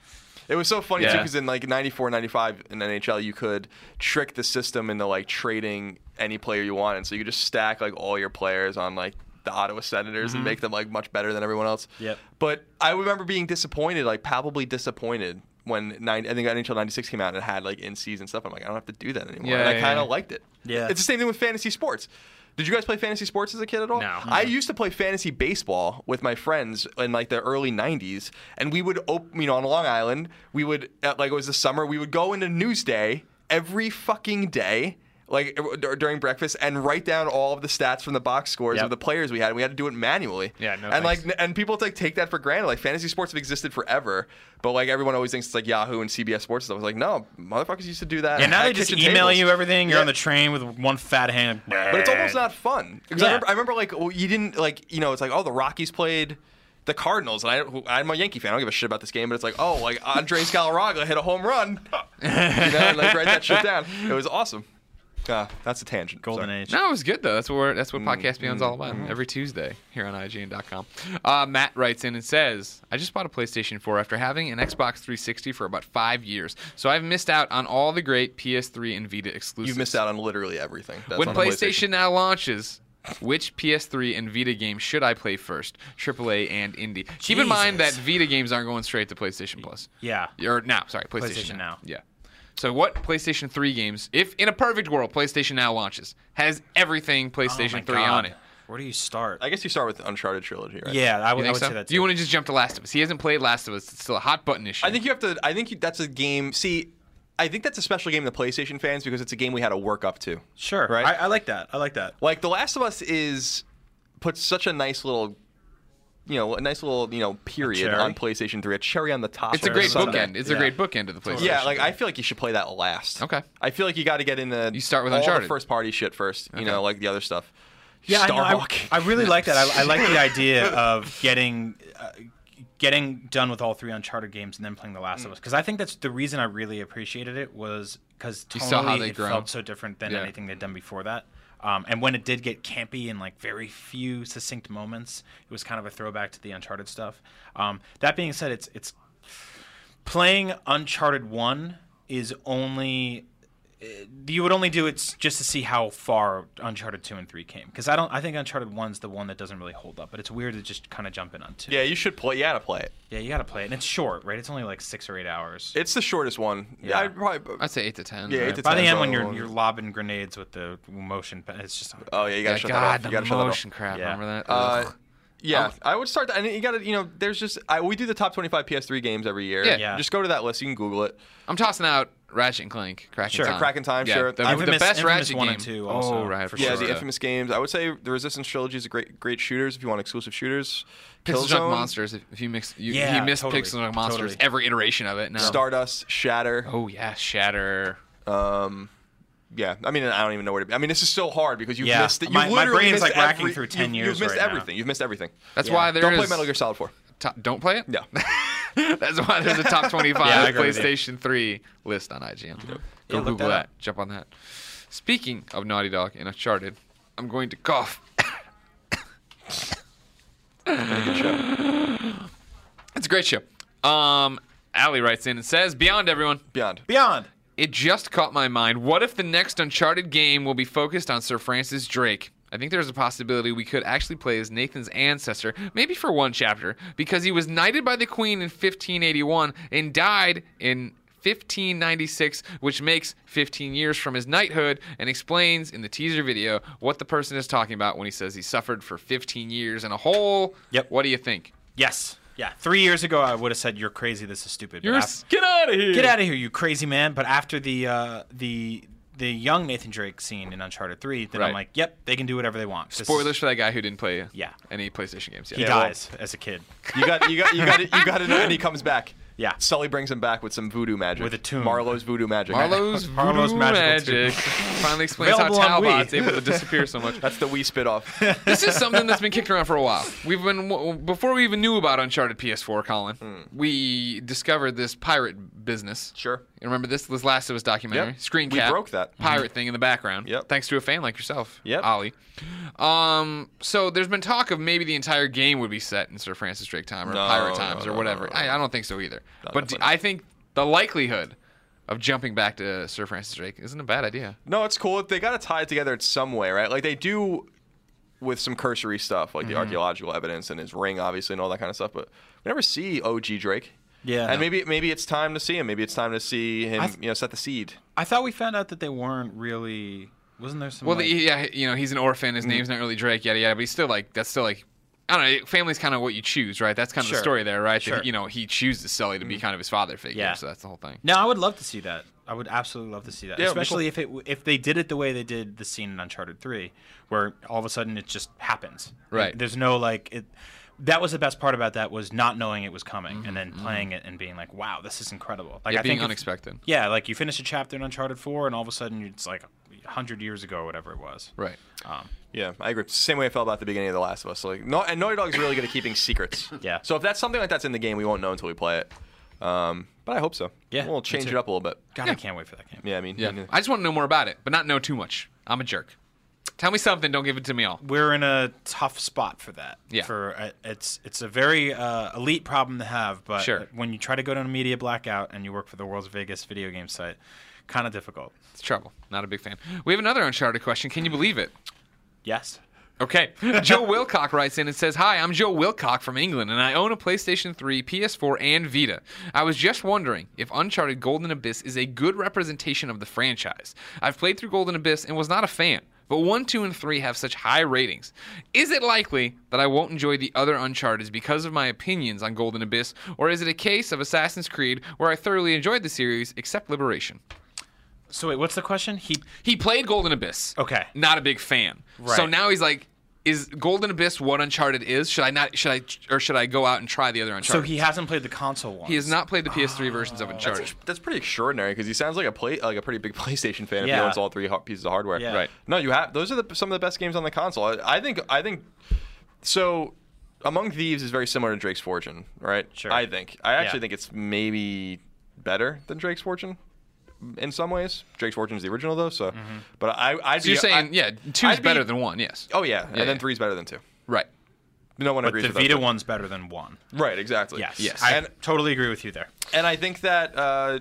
It was so funny too
Yeah.
because in like 94, 95 in NHL, you could trick the system into like trading any player you wanted, so you could just stack like all your players on like the Ottawa Senators and make them like much better than everyone else.
Mm-hmm. Yep.
But I remember being disappointed, like palpably disappointed. When nine, I think NHL '96 came out and it had like in-season stuff, I'm like, I don't have to do that anymore,
Yeah,
and I
yeah,
kind of
yeah.
liked it.
Yeah.
it's the same thing with fantasy sports. Did you guys play fantasy sports as a kid at all?
No.
I used to play fantasy baseball with my friends in like the early 90s, and we would, op- you know, on Long Island, we would, at, like it was the summer, we would go into Newsday every fucking day. Like dur- during breakfast, and write down all of the stats from the box scores
Yep.
of the players we had. and We had to do it manually.
Yeah, no
And like,
thanks.
n- and people like take that for granted. Like fantasy sports have existed forever, but like everyone always thinks it's like Yahoo and CBS Sports. And I was like, no, motherfuckers used to do that.
yeah, now
at
they just
kitchen
email
tables.
you everything. You're
Yeah.
on the train with one fat hand.
But it's almost not fun. 'Cause I,
Yeah.
remember, I remember, like, well, you didn't, like, you know, it's like, oh, the Rockies played the Cardinals, and I, who- I'm a Yankee fan. I don't give a shit about this game, but it's like, oh, like,
[LAUGHS]
Andre Galarraga hit a home run. you know, and, like, write that shit down. It was awesome. Ah, that's a tangent.
Golden
Sorry.
Age.
No, it was good though. That's what we're, that's what
Mm,
Podcast Beyond's all about. Every Tuesday here on IGN.com. Uh, Matt writes in and says, "I just bought a PlayStation 4 after having an Xbox 360 for about five years, so I've missed out on all the great PS3 and Vita exclusives.
You've missed out on literally everything. That's
when
on
PlayStation, now launches." Which PS3 and Vita game should I play first? AAA and indie. Keep in mind that
Jesus.
Vita games aren't going straight to PlayStation Plus.
Yeah.
Or now, sorry, PlayStation,
PlayStation Now.
Yeah. So what PlayStation 3 games, if in a perfect world PlayStation Now launches, has everything
Oh
Playstation 3 on it?
Oh Where do you start?
I guess you start with the Uncharted trilogy, right?
yeah, I
You
would, I
think
would
so?
say that
Do
too.
you want to just jump to Last of Us? He hasn't played Last of Us. It's still a hot button issue.
I think you have to. I think you, that's a game. See, I think that's a special game to PlayStation fans because it's a game we had to work up to.
sure.
Right.
I, I like that. I like that.
Like The Last of Us is puts such a nice little, you know, a nice little you know period
cherry?
on PlayStation Three, a cherry on the top.
it's a
of
great
Sunday.
bookend. It's a
Yeah.
great bookend to the PlayStation.
Yeah, like I feel like you should play that last.
Okay.
I feel like you got to get in the
You start with
all
Uncharted.
the first party shit first. You know, like the other stuff.
Yeah, I know, I,
Starwalking.
I really like that. I, I like
[LAUGHS]
the idea of getting uh, getting done with all three Uncharted games and then playing The Last
Mm.
of Us because I think that's the reason I really appreciated it was because
You saw how
tonally
they'd
it
grown.
felt so different than
Yeah.
anything they'd done before that. Um, and when it did get campy and like very few succinct moments, it was kind of a throwback to the Uncharted stuff. Um, that being said, it's it's playing Uncharted One is only eh, you would only do it s- just to see how far Uncharted two and three came because I don't I think Uncharted one's the one that doesn't really hold up, but it's weird to just kind of jump in on two.
[LAUGHS] Yeah, you should play. You gotta play it.
Yeah, you got to play it, and it's short, right? It's only like six or eight hours.
It's the shortest one. Yeah,
Yeah.
I'd probably.
I'd say eight to ten.
Yeah, eight
right?
to
By the
Sounds
end, when
all
you're
wrong.
you're lobbing grenades with the motion, pen, it's just
Oh yeah, you
Yeah,
gotta shut that
God,
off. You
the
gotta shut that off.
motion crap.
Yeah.
Remember that?
Uh,
Ugh.
yeah,
I'll-
I would start. And you got to, you know, there's just I, we do the top 25 PS3 games every year.
Yeah.
Yeah.
Just go to that list. You can Google it.
I'm tossing out Ratchet and Clank, Crack
Sure.
and Time.
Crack and Time,
yeah,
sure.
The,
Infamous-
the best
Infamous
Ratchet
one
game.
and two also.
Oh, right, for
yeah,
sure.
the infamous games. I would say the Resistance trilogy is a great, great shooters. If you want exclusive shooters,
Pixel Junk
Killzone,
Monsters. If, if you mix, you,
Yeah,
he missed
totally.
Pixel Junk Monsters
Totally.
every iteration of it. Now.
Stardust, Shatter.
Oh yeah, Shatter.
Yeah, I mean, I don't even know where to. Be. I mean, this is so hard because you've
Yeah.
missed it. You
My- my
literally
brain's,
missed
like, racking
every-
through 10
you've-
years
You've missed
right now.
everything. You've missed everything.
That's
Yeah.
why there
Don't play
is-
Metal Gear Solid 4.
Top, don't play it.
No.
[LAUGHS] That's why there's a top 25
Yeah, I agree with you.
PlayStation 3 list on IGN. Go
Yeah, look
Google
that
that.
up.
Jump on that. Speaking of Naughty Dog and Uncharted, I'm going to cough. it's a great show. Um, Allie writes in and says, Beyond everyone,
Beyond.
[LAUGHS] beyond.
it just caught my mind. What if the next Uncharted game will be focused on Sir Francis Drake? I think there's a possibility we could actually play as Nathan's ancestor, maybe for one chapter, because he was knighted by the Queen in 1581 and died in 1596, which makes 15 years from his knighthood and explains in the teaser video what the person is talking about when he says he suffered for 15 years and a whole.
Yep.
What do you think?
Yes. Yeah. Three years ago, I would have said you're crazy. This is stupid. but af-
get out of here.
Get out of here, you crazy man! But after the uh, the the young Nathan Drake scene in Uncharted Three, then
Right.
I'm like, yep, they can do whatever they want. This is-
Spoilers for that guy who didn't play
Yeah.
any PlayStation games yet.
He dies as a kid
You got, you got, you got it. You got it, and he comes back.
Yeah.
Sully brings him back with some voodoo magic.
With a tune.
Marlowe's voodoo magic.
Marlowe's
[LAUGHS] Harlow's
voodoo
magical
magic [LAUGHS] finally explains how
Available on Wii.
Talbot's able to disappear so
[LAUGHS]
much.
That's the we spit off.
This is something that's been kicked around for a while. We've been w- before we even knew about Uncharted PS4, Colin.
Hmm.
We discovered this pirate business.
Sure.
You remember this this Last of Us documentary?
Yep.
Screen
We
cap,
broke that. Mm-hmm.
pirate thing in the background.
Yep.
Thanks to a fan like yourself,
Yep.
Ollie. Um, so there's been talk of maybe the entire game would be set in Sir Francis Drake time or
No,
pirate
no,
times
no,
or
no,
whatever.
no, no.
I, I don't think so either. but d-
definitely
I think the likelihood of jumping back to Sir Francis Drake isn't a bad idea.
No, it's cool. They got to tie it together in some way, right? Like they do with some cursory stuff, like
Mm-hmm.
the archaeological evidence and his ring, obviously, and all that kind of stuff. But we never see OG Drake.
Yeah.
and maybe maybe it's time to see him. Maybe it's time to see him.
I th-
you know, set the seed.
I thought we found out that they weren't really. Wasn't there some?
Well,
like-
the, yeah, you know, he's an orphan.
Mm-hmm.
His name's not really Drake, yada yada. But he's still like that's still like I don't know. Family's kind of what you choose, right? That's kind of the
Sure.
story there, right? That,
Sure.
you know, he chooses Sully
Mm-hmm.
to be kind of his father figure.
Yeah.
So that's the whole thing.
No, I would love to see that. I would absolutely love to see that,
Yeah, it'd be
especially if it w- if they did it the way they did the scene in Uncharted Three, where all of a sudden it just happens.
Right.
There's no like it. That was the best part about that was not knowing it was coming and then playing it and being like, "Wow, this is incredible!" Like
Mm-hmm, Yeah, being
if-
unexpected.
yeah, like you finish a chapter in Uncharted Four and all of a sudden it's like hundred years ago or whatever it was.
Right.
Um,
Yeah, I agree. Same way I felt about the beginning of The Last of Us. So, like, no, and Naughty Dog's really good at keeping secrets.
[LAUGHS] Yeah.
So if that's something like that's in the game, we won't know until we play it. Um, But I hope so.
Yeah,
We'll
me
change
too.
it up a little bit.
God, I can't wait for that game.
Yeah, I mean,
Yeah.
you know,
I just want to know more about it, but not know too much. I'm a jerk. Tell me something. Don't give it to me all.
We're in a tough spot for that.
Yeah.
For uh, it's it's a very uh, elite problem to have, but
Sure.
when you try to go down a media blackout and you work for the world's biggest video game site, kind of difficult.
It's trouble. Not a big fan. We have another Uncharted question. Can you believe it?
Yes.
Okay. Joe Wilcock writes in and says, Hi, I'm Joe Wilcock from England, and I own a PlayStation 3, PS4, and Vita. I was just wondering if Uncharted Golden Abyss is a good representation of the franchise. I've played through Golden Abyss and was not a fan, but 1, 2, and 3 have such high ratings. Is it likely that I won't enjoy the other Uncharteds because of my opinions on Golden Abyss, or is it a case of Assassin's Creed where I thoroughly enjoyed the series except Liberation?
So wait, what's the question? He
He played Golden Abyss.
Okay.
Not a big fan. So
Right.
now he's like, is Golden Abyss what Uncharted is? Should I not? Should I or should I go out and try the other
so
Uncharted?
he hasn't played the console one.
He has not played the PS3 versions of Uncharted.
Oh, that's pretty extraordinary because he sounds like a play, like a pretty big [LAUGHS] PlayStation fan if he
Yeah.
owns all three har- pieces of hardware.
Yeah. Right.
No, you have those are the, some of the best games on the console. I, I think. I think. So, Among Thieves is very similar to Drake's Fortune, right?
Sure.
I think. I actually
Yeah.
think it's maybe better than Drake's Fortune. In some ways, Drake's Fortune is the original though. So,
Mm-hmm.
but I, I.
So you're saying, yeah, two is
I'd be-
better than one, yes.
Oh yeah, and
Yeah,
then
yeah.
three is better than two.
Right.
No one
But
agrees
the
with that.
Vita one's better than one.
Right, exactly.
Yes.
Yes.
I
And-
totally agree with you there.
And I think that uh,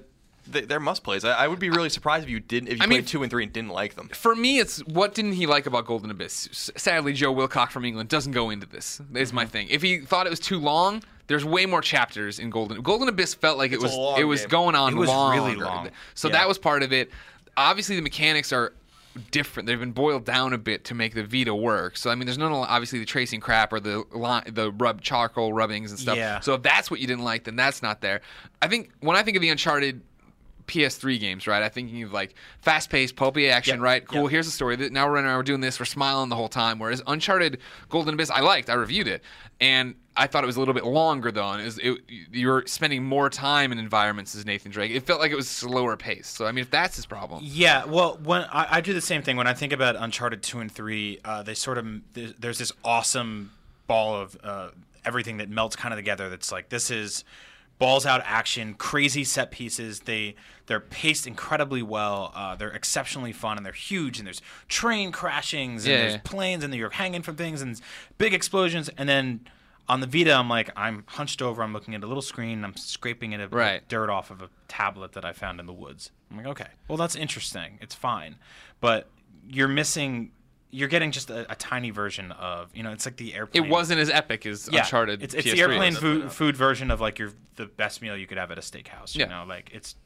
th- there must plays. I, I would be really surprised if you didn't. If you
I
played
mean-
two and three and didn't like them.
For me, it's what didn't he like about Golden Abyss? S- Sadly, Joe Wilcock from England doesn't go into this. Is
Mm-hmm.
my thing. If he thought it was too long, there's way more chapters in Golden Golden Abyss. Felt like it
a
was
long
it was
game.
going on
It was
longer.
really long.
So
Yeah.
that was part of it. Obviously, the mechanics are different. They've been boiled down a bit to make the Vita work. So I mean, there's none of obviously the tracing crap or the li- the rub charcoal rubbings and stuff.
Yeah.
So if that's what you didn't like, then that's not there. I think when I think of the Uncharted PS3 games, right? I think of like fast paced, pulpy action,
Yep.
right? Cool.
Yep.
Here's the story. Th- Now we're in, we're doing this. We're smiling the whole time. Whereas Uncharted Golden Abyss, I liked. I reviewed it, and I thought it was a little bit longer though. And it was, it, you were spending more time in environments as Nathan Drake. It felt like it was slower paced. So I mean, if that's his problem,
Yeah, well, when I, I do the same thing when I think about Uncharted two and three, uh, they sort of there's, there's this awesome ball of uh, everything that melts kind of together. That's like this is balls out action, crazy set pieces. They they're paced incredibly well. Uh, they're exceptionally fun and they're huge. And there's train crashings and
Yeah,
there's
yeah.
planes and you're hanging from things and big explosions. And then on the Vita, I'm like I'm hunched over. I'm looking at a little screen. I'm scraping at a
Right.
dirt off of a tablet that I found in the woods. I'm like, okay, well, that's interesting. It's fine. But you're missing, you're getting just a, a tiny version of, you know, it's like the airplane.
it wasn't as epic as
yeah,
Uncharted.
It's, it's
PS3
the airplane
was.
food, food version of like your the best meal you could have at a steakhouse.
Yeah.
You know, like it's,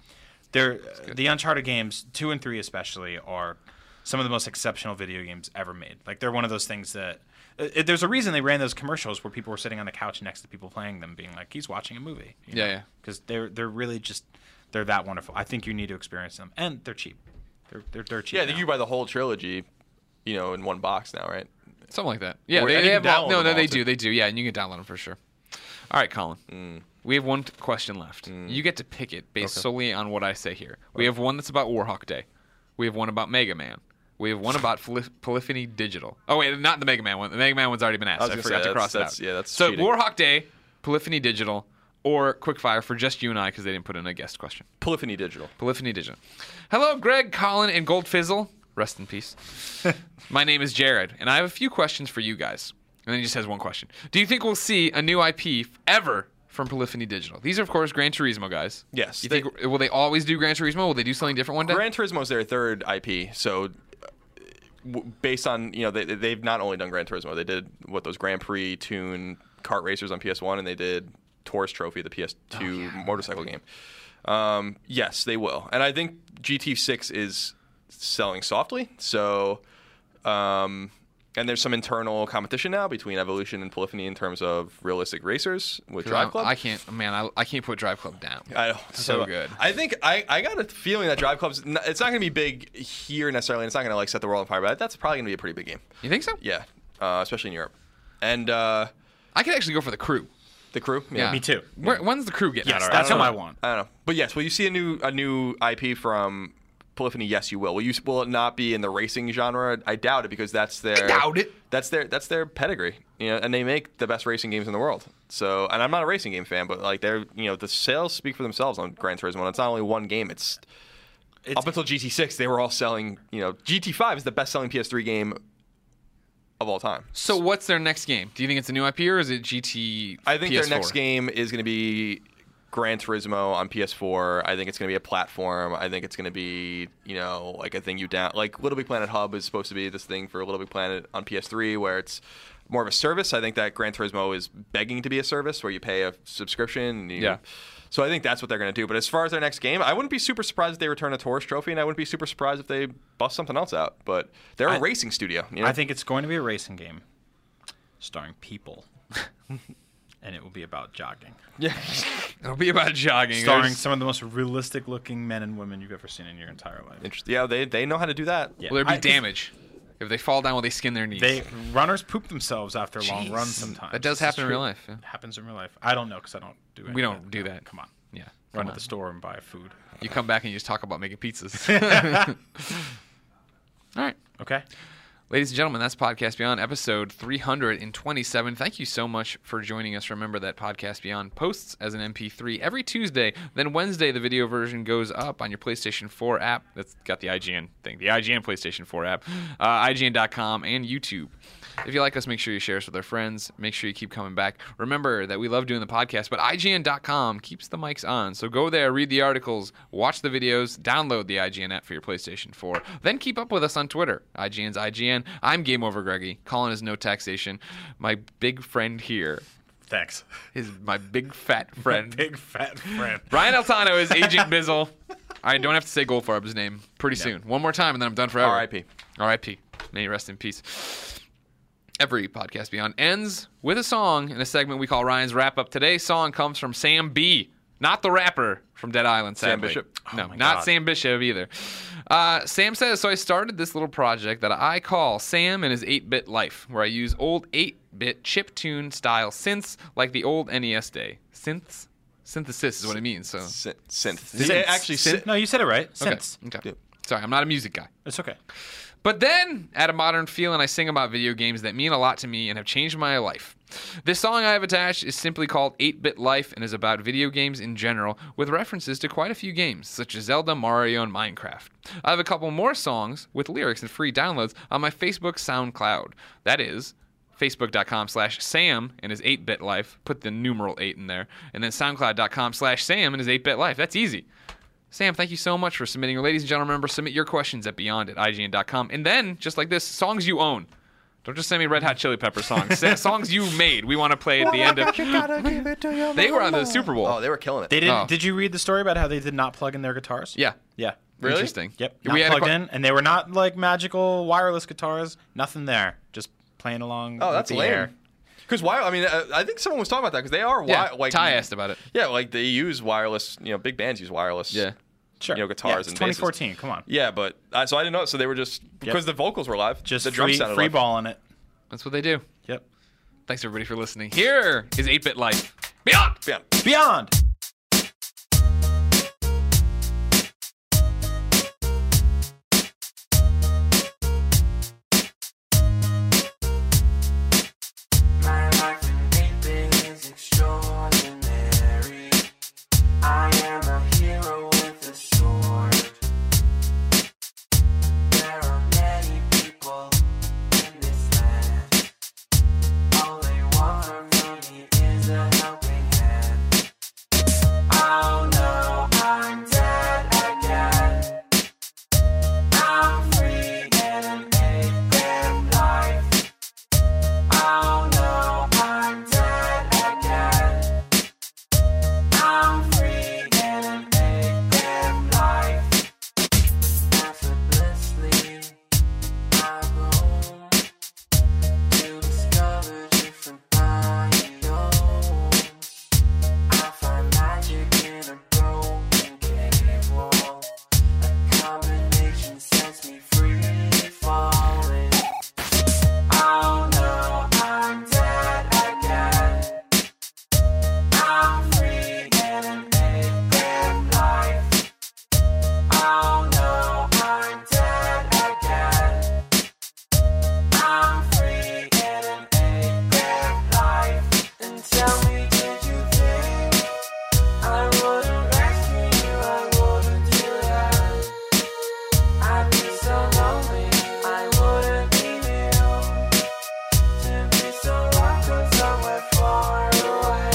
they're, the Uncharted games, two and three especially, are some of the most exceptional video games ever made. Like they're one of those things that. uh, uh, There's a reason they ran those commercials where people were sitting on the couch next to people playing them, being like, "He's watching a movie." you
Yeah, yeah.
because they're they're really just they're that wonderful. I think you need to experience them, and they're cheap. They're they're dirt cheap.
Yeah, I think
now.
you buy the whole trilogy, you know, in one box now, right?
Something like that. Yeah,
Or-
they,
and
they
you
have
can
all,
download
no, no,
them
they
all,
do,
too. Mm.
they do. Yeah, and you can download them for sure. All right, Colin, we have one t- question left. You get to pick it based solely on what I say here. We have one that's about Warhawk Day. We have one about Mega Man. We
[LAUGHS]
have one about Poly- Polyphony Digital. Oh wait, not the Mega Man one. The Mega Man one's already been asked.
I
I,
was gonna say,
forgot to
that's-
cross it
that's-
out.
yeah, that's
so
cheating.
Warhawk Day, Polyphony Digital, or Quickfire for just you and I because they didn't put in a guest question.
Polyphony Digital.
Polyphony Digital. Hello, Greg, Colin, and Gold Fizzle. Rest in
[LAUGHS]
peace. My name is Jared, and I have a few questions for you guys. And then he just has one question. Do you think we'll see a new IP ever from Polyphony Digital? These are, of course, Gran Turismo guys.
Yes,
You
they-
think, will they always do Gran Turismo? Will they do something different one day?
Gran Turismo's their third IP, so uh, w- based on you know they, they've not only done Gran Turismo, they did what those Grand Prix tune kart racers on PS1, and they did Taurus Trophy, the PS2
Oh,
motorcycle game. Um, yes, they will, and I think GT6 is selling softly, so. Um, and there's some internal competition now between Evolution and Polyphony in terms of realistic racers with Drive Club.
I can't, man. I, I can't put Drive Club down.
I know.
So good.
I think I, I got a feeling that Drive Club's n it's not going to be big here necessarily. and It's not going to like set the world on fire, but that's probably going to be a pretty big game.
You think so?
Yeah, uh, especially in Europe. And uh,
I could actually go for the crew.
the crew.
Yeah,
me too.
Where, when's the crew getting
Yes,
out?
that's
I
what
don't
I
know.
want.
I don't know. But yes, will you see a new a new IP from Polyphony, yes, you will. Will you? Will it not be in the racing genre? I doubt it because that's their
doubt it.
That's their that's their pedigree, you know. And they make the best racing games in the world. So, and I'm not a racing game fan, but like they're you know the sales speak for themselves on Gran Turismo. And it's not only one game; it's, up until GT6, they were all selling. You know, GT5 is the best selling PS3 game of all time.
So what's their next game? Do you think it's a new IP or is it GT?
I think
PS4?
their next game is going to be Gran Turismo on PS4. I think it's going to be a platform. I think it's going to be, you know, like a thing you down. Like Little Big Planet Hub is supposed to be this thing for Little Big Planet on PS3 where it's more of a service. I think that Gran Turismo is begging to be a service where you pay a subscription. And you,
Yeah.
So I think that's what they're going to do. But as far as their next game, I wouldn't be super surprised if they return a Taurus trophy, and I wouldn't be super surprised if they bust something else out. But they're a
I-
racing studio. You know?
I think it's going to be a racing game starring people, [LAUGHS] and it will be about jogging,
It'll be about jogging.
starring
There's-
some of the most realistic-looking men and women you've ever seen in your entire life.
Interesting. Yeah, they, they know how to do that.
Yeah.
Will there be
I-
damage if they fall down? Will they skin their knees?
They runners poop themselves after long
Jeez.
runs. Sometimes
That does
This is
happen in real
true.
life, yeah.
Happens in real life. I don't know because I don't do. Any
we
of
don't do that.
Come on,
Yeah. come
run to
on.
the store and buy food.
You come back and you just talk about making
[LAUGHS]
pizzas. [LAUGHS] All right.
Okay.
Ladies and gentlemen, that's Podcast Beyond, episode 327. Thank you so much for joining us. Remember that Podcast Beyond posts as an MP3 every Tuesday. Then Wednesday, the video version goes up on your PlayStation 4 app. That's got the IGN thing, the IGN PlayStation 4 app, uh, IGN.com, and YouTube. If you like us, make sure you share us with our friends. Make sure you keep coming back. Remember that we love doing the podcast, but IGN.com keeps the mics on. So go there, read the articles, watch the videos, download the IGN app for your PlayStation 4. Then keep up with us on Twitter. IGN's IGN. I'm Game Over Greggy. Colin is no taxation. My big friend here
Thanks.
is my big fat friend.
[LAUGHS] Big fat friend.
Brian Altano is Agent Bizzle. I don't have to say Goldfarb's name pretty soon. One more time, and then I'm done forever.
R.I.P..
R.I.P. May you rest in peace. Every podcast beyond ends with a song in a segment we call Ryan's Wrap Up. Today's song comes from Sam B, not the rapper from Dead Island.
Sam
sadly.
Bishop.
No,
my
not
God.
Sam Bishop either. Uh, Sam says, so I started this little project that I call Sam and his 8-bit life, where I use old 8-bit chiptune style synths like the old NES day. Synths? Synthesis is what it means. So
Synth. synth. Say- Actually, synth.
No, you said it right.
Okay.
Since
Okay.
Yep.
Sorry, I'm not a music guy.
it's okay.
But then, at a modern feel, and I sing about video games that mean a lot to me and have changed my life. This song I have attached is simply called 8 Bit Life and is about video games in general, with references to quite a few games, such as Zelda, Mario, and Minecraft. I have a couple more songs with lyrics and free downloads on my Facebook SoundCloud. That is, facebook.com slash sam and his 8-bit life put the numeral 8 in there and then soundcloud.com slash sam and his 8-bit life that's easy Sam, thank you so much for submitting. Ladies and gentlemen, remember, submit your questions at beyond at IGN.com. And then, just like this, songs you own. Don't just send me Red Hot Chili Pepper songs.
[LAUGHS]
Send songs you made. We want to play at the end of. they were on the Super Bowl.
Oh, they were killing it.
They didn't.
Oh.
Did you read the story about how they did not plug in their guitars?
yeah.
Yeah.
Really? Interesting.
Yep. Not
We had a
plugged
que-
in, and they were not like magical wireless guitars. Nothing there. Just playing along.
Oh,
with
that's
the
lame.
air.
Because why? I mean, uh, I think someone was talking about that because they are wi-
yeah.
like
Ty asked about it.
Yeah, like they use wireless. You know, big bands use wireless.
Yeah.
Sure.
You know, guitars
Yeah, it's
and basses.
2014. Come on.
Yeah, but uh, so I didn't know. So they were just because the vocals were live.
Just
the drums
free,
sounded
free
live.
balling it.
That's what they do.
Yep.
Thanks, everybody, for listening. Here is 8 Bit Life. Beyond!
Yeah.
Beyond.
My life in eight is extraordinary. I am a hero with a sword. There are many people in this land. All they want from me is a helping hand. Oh, Oh, Oh,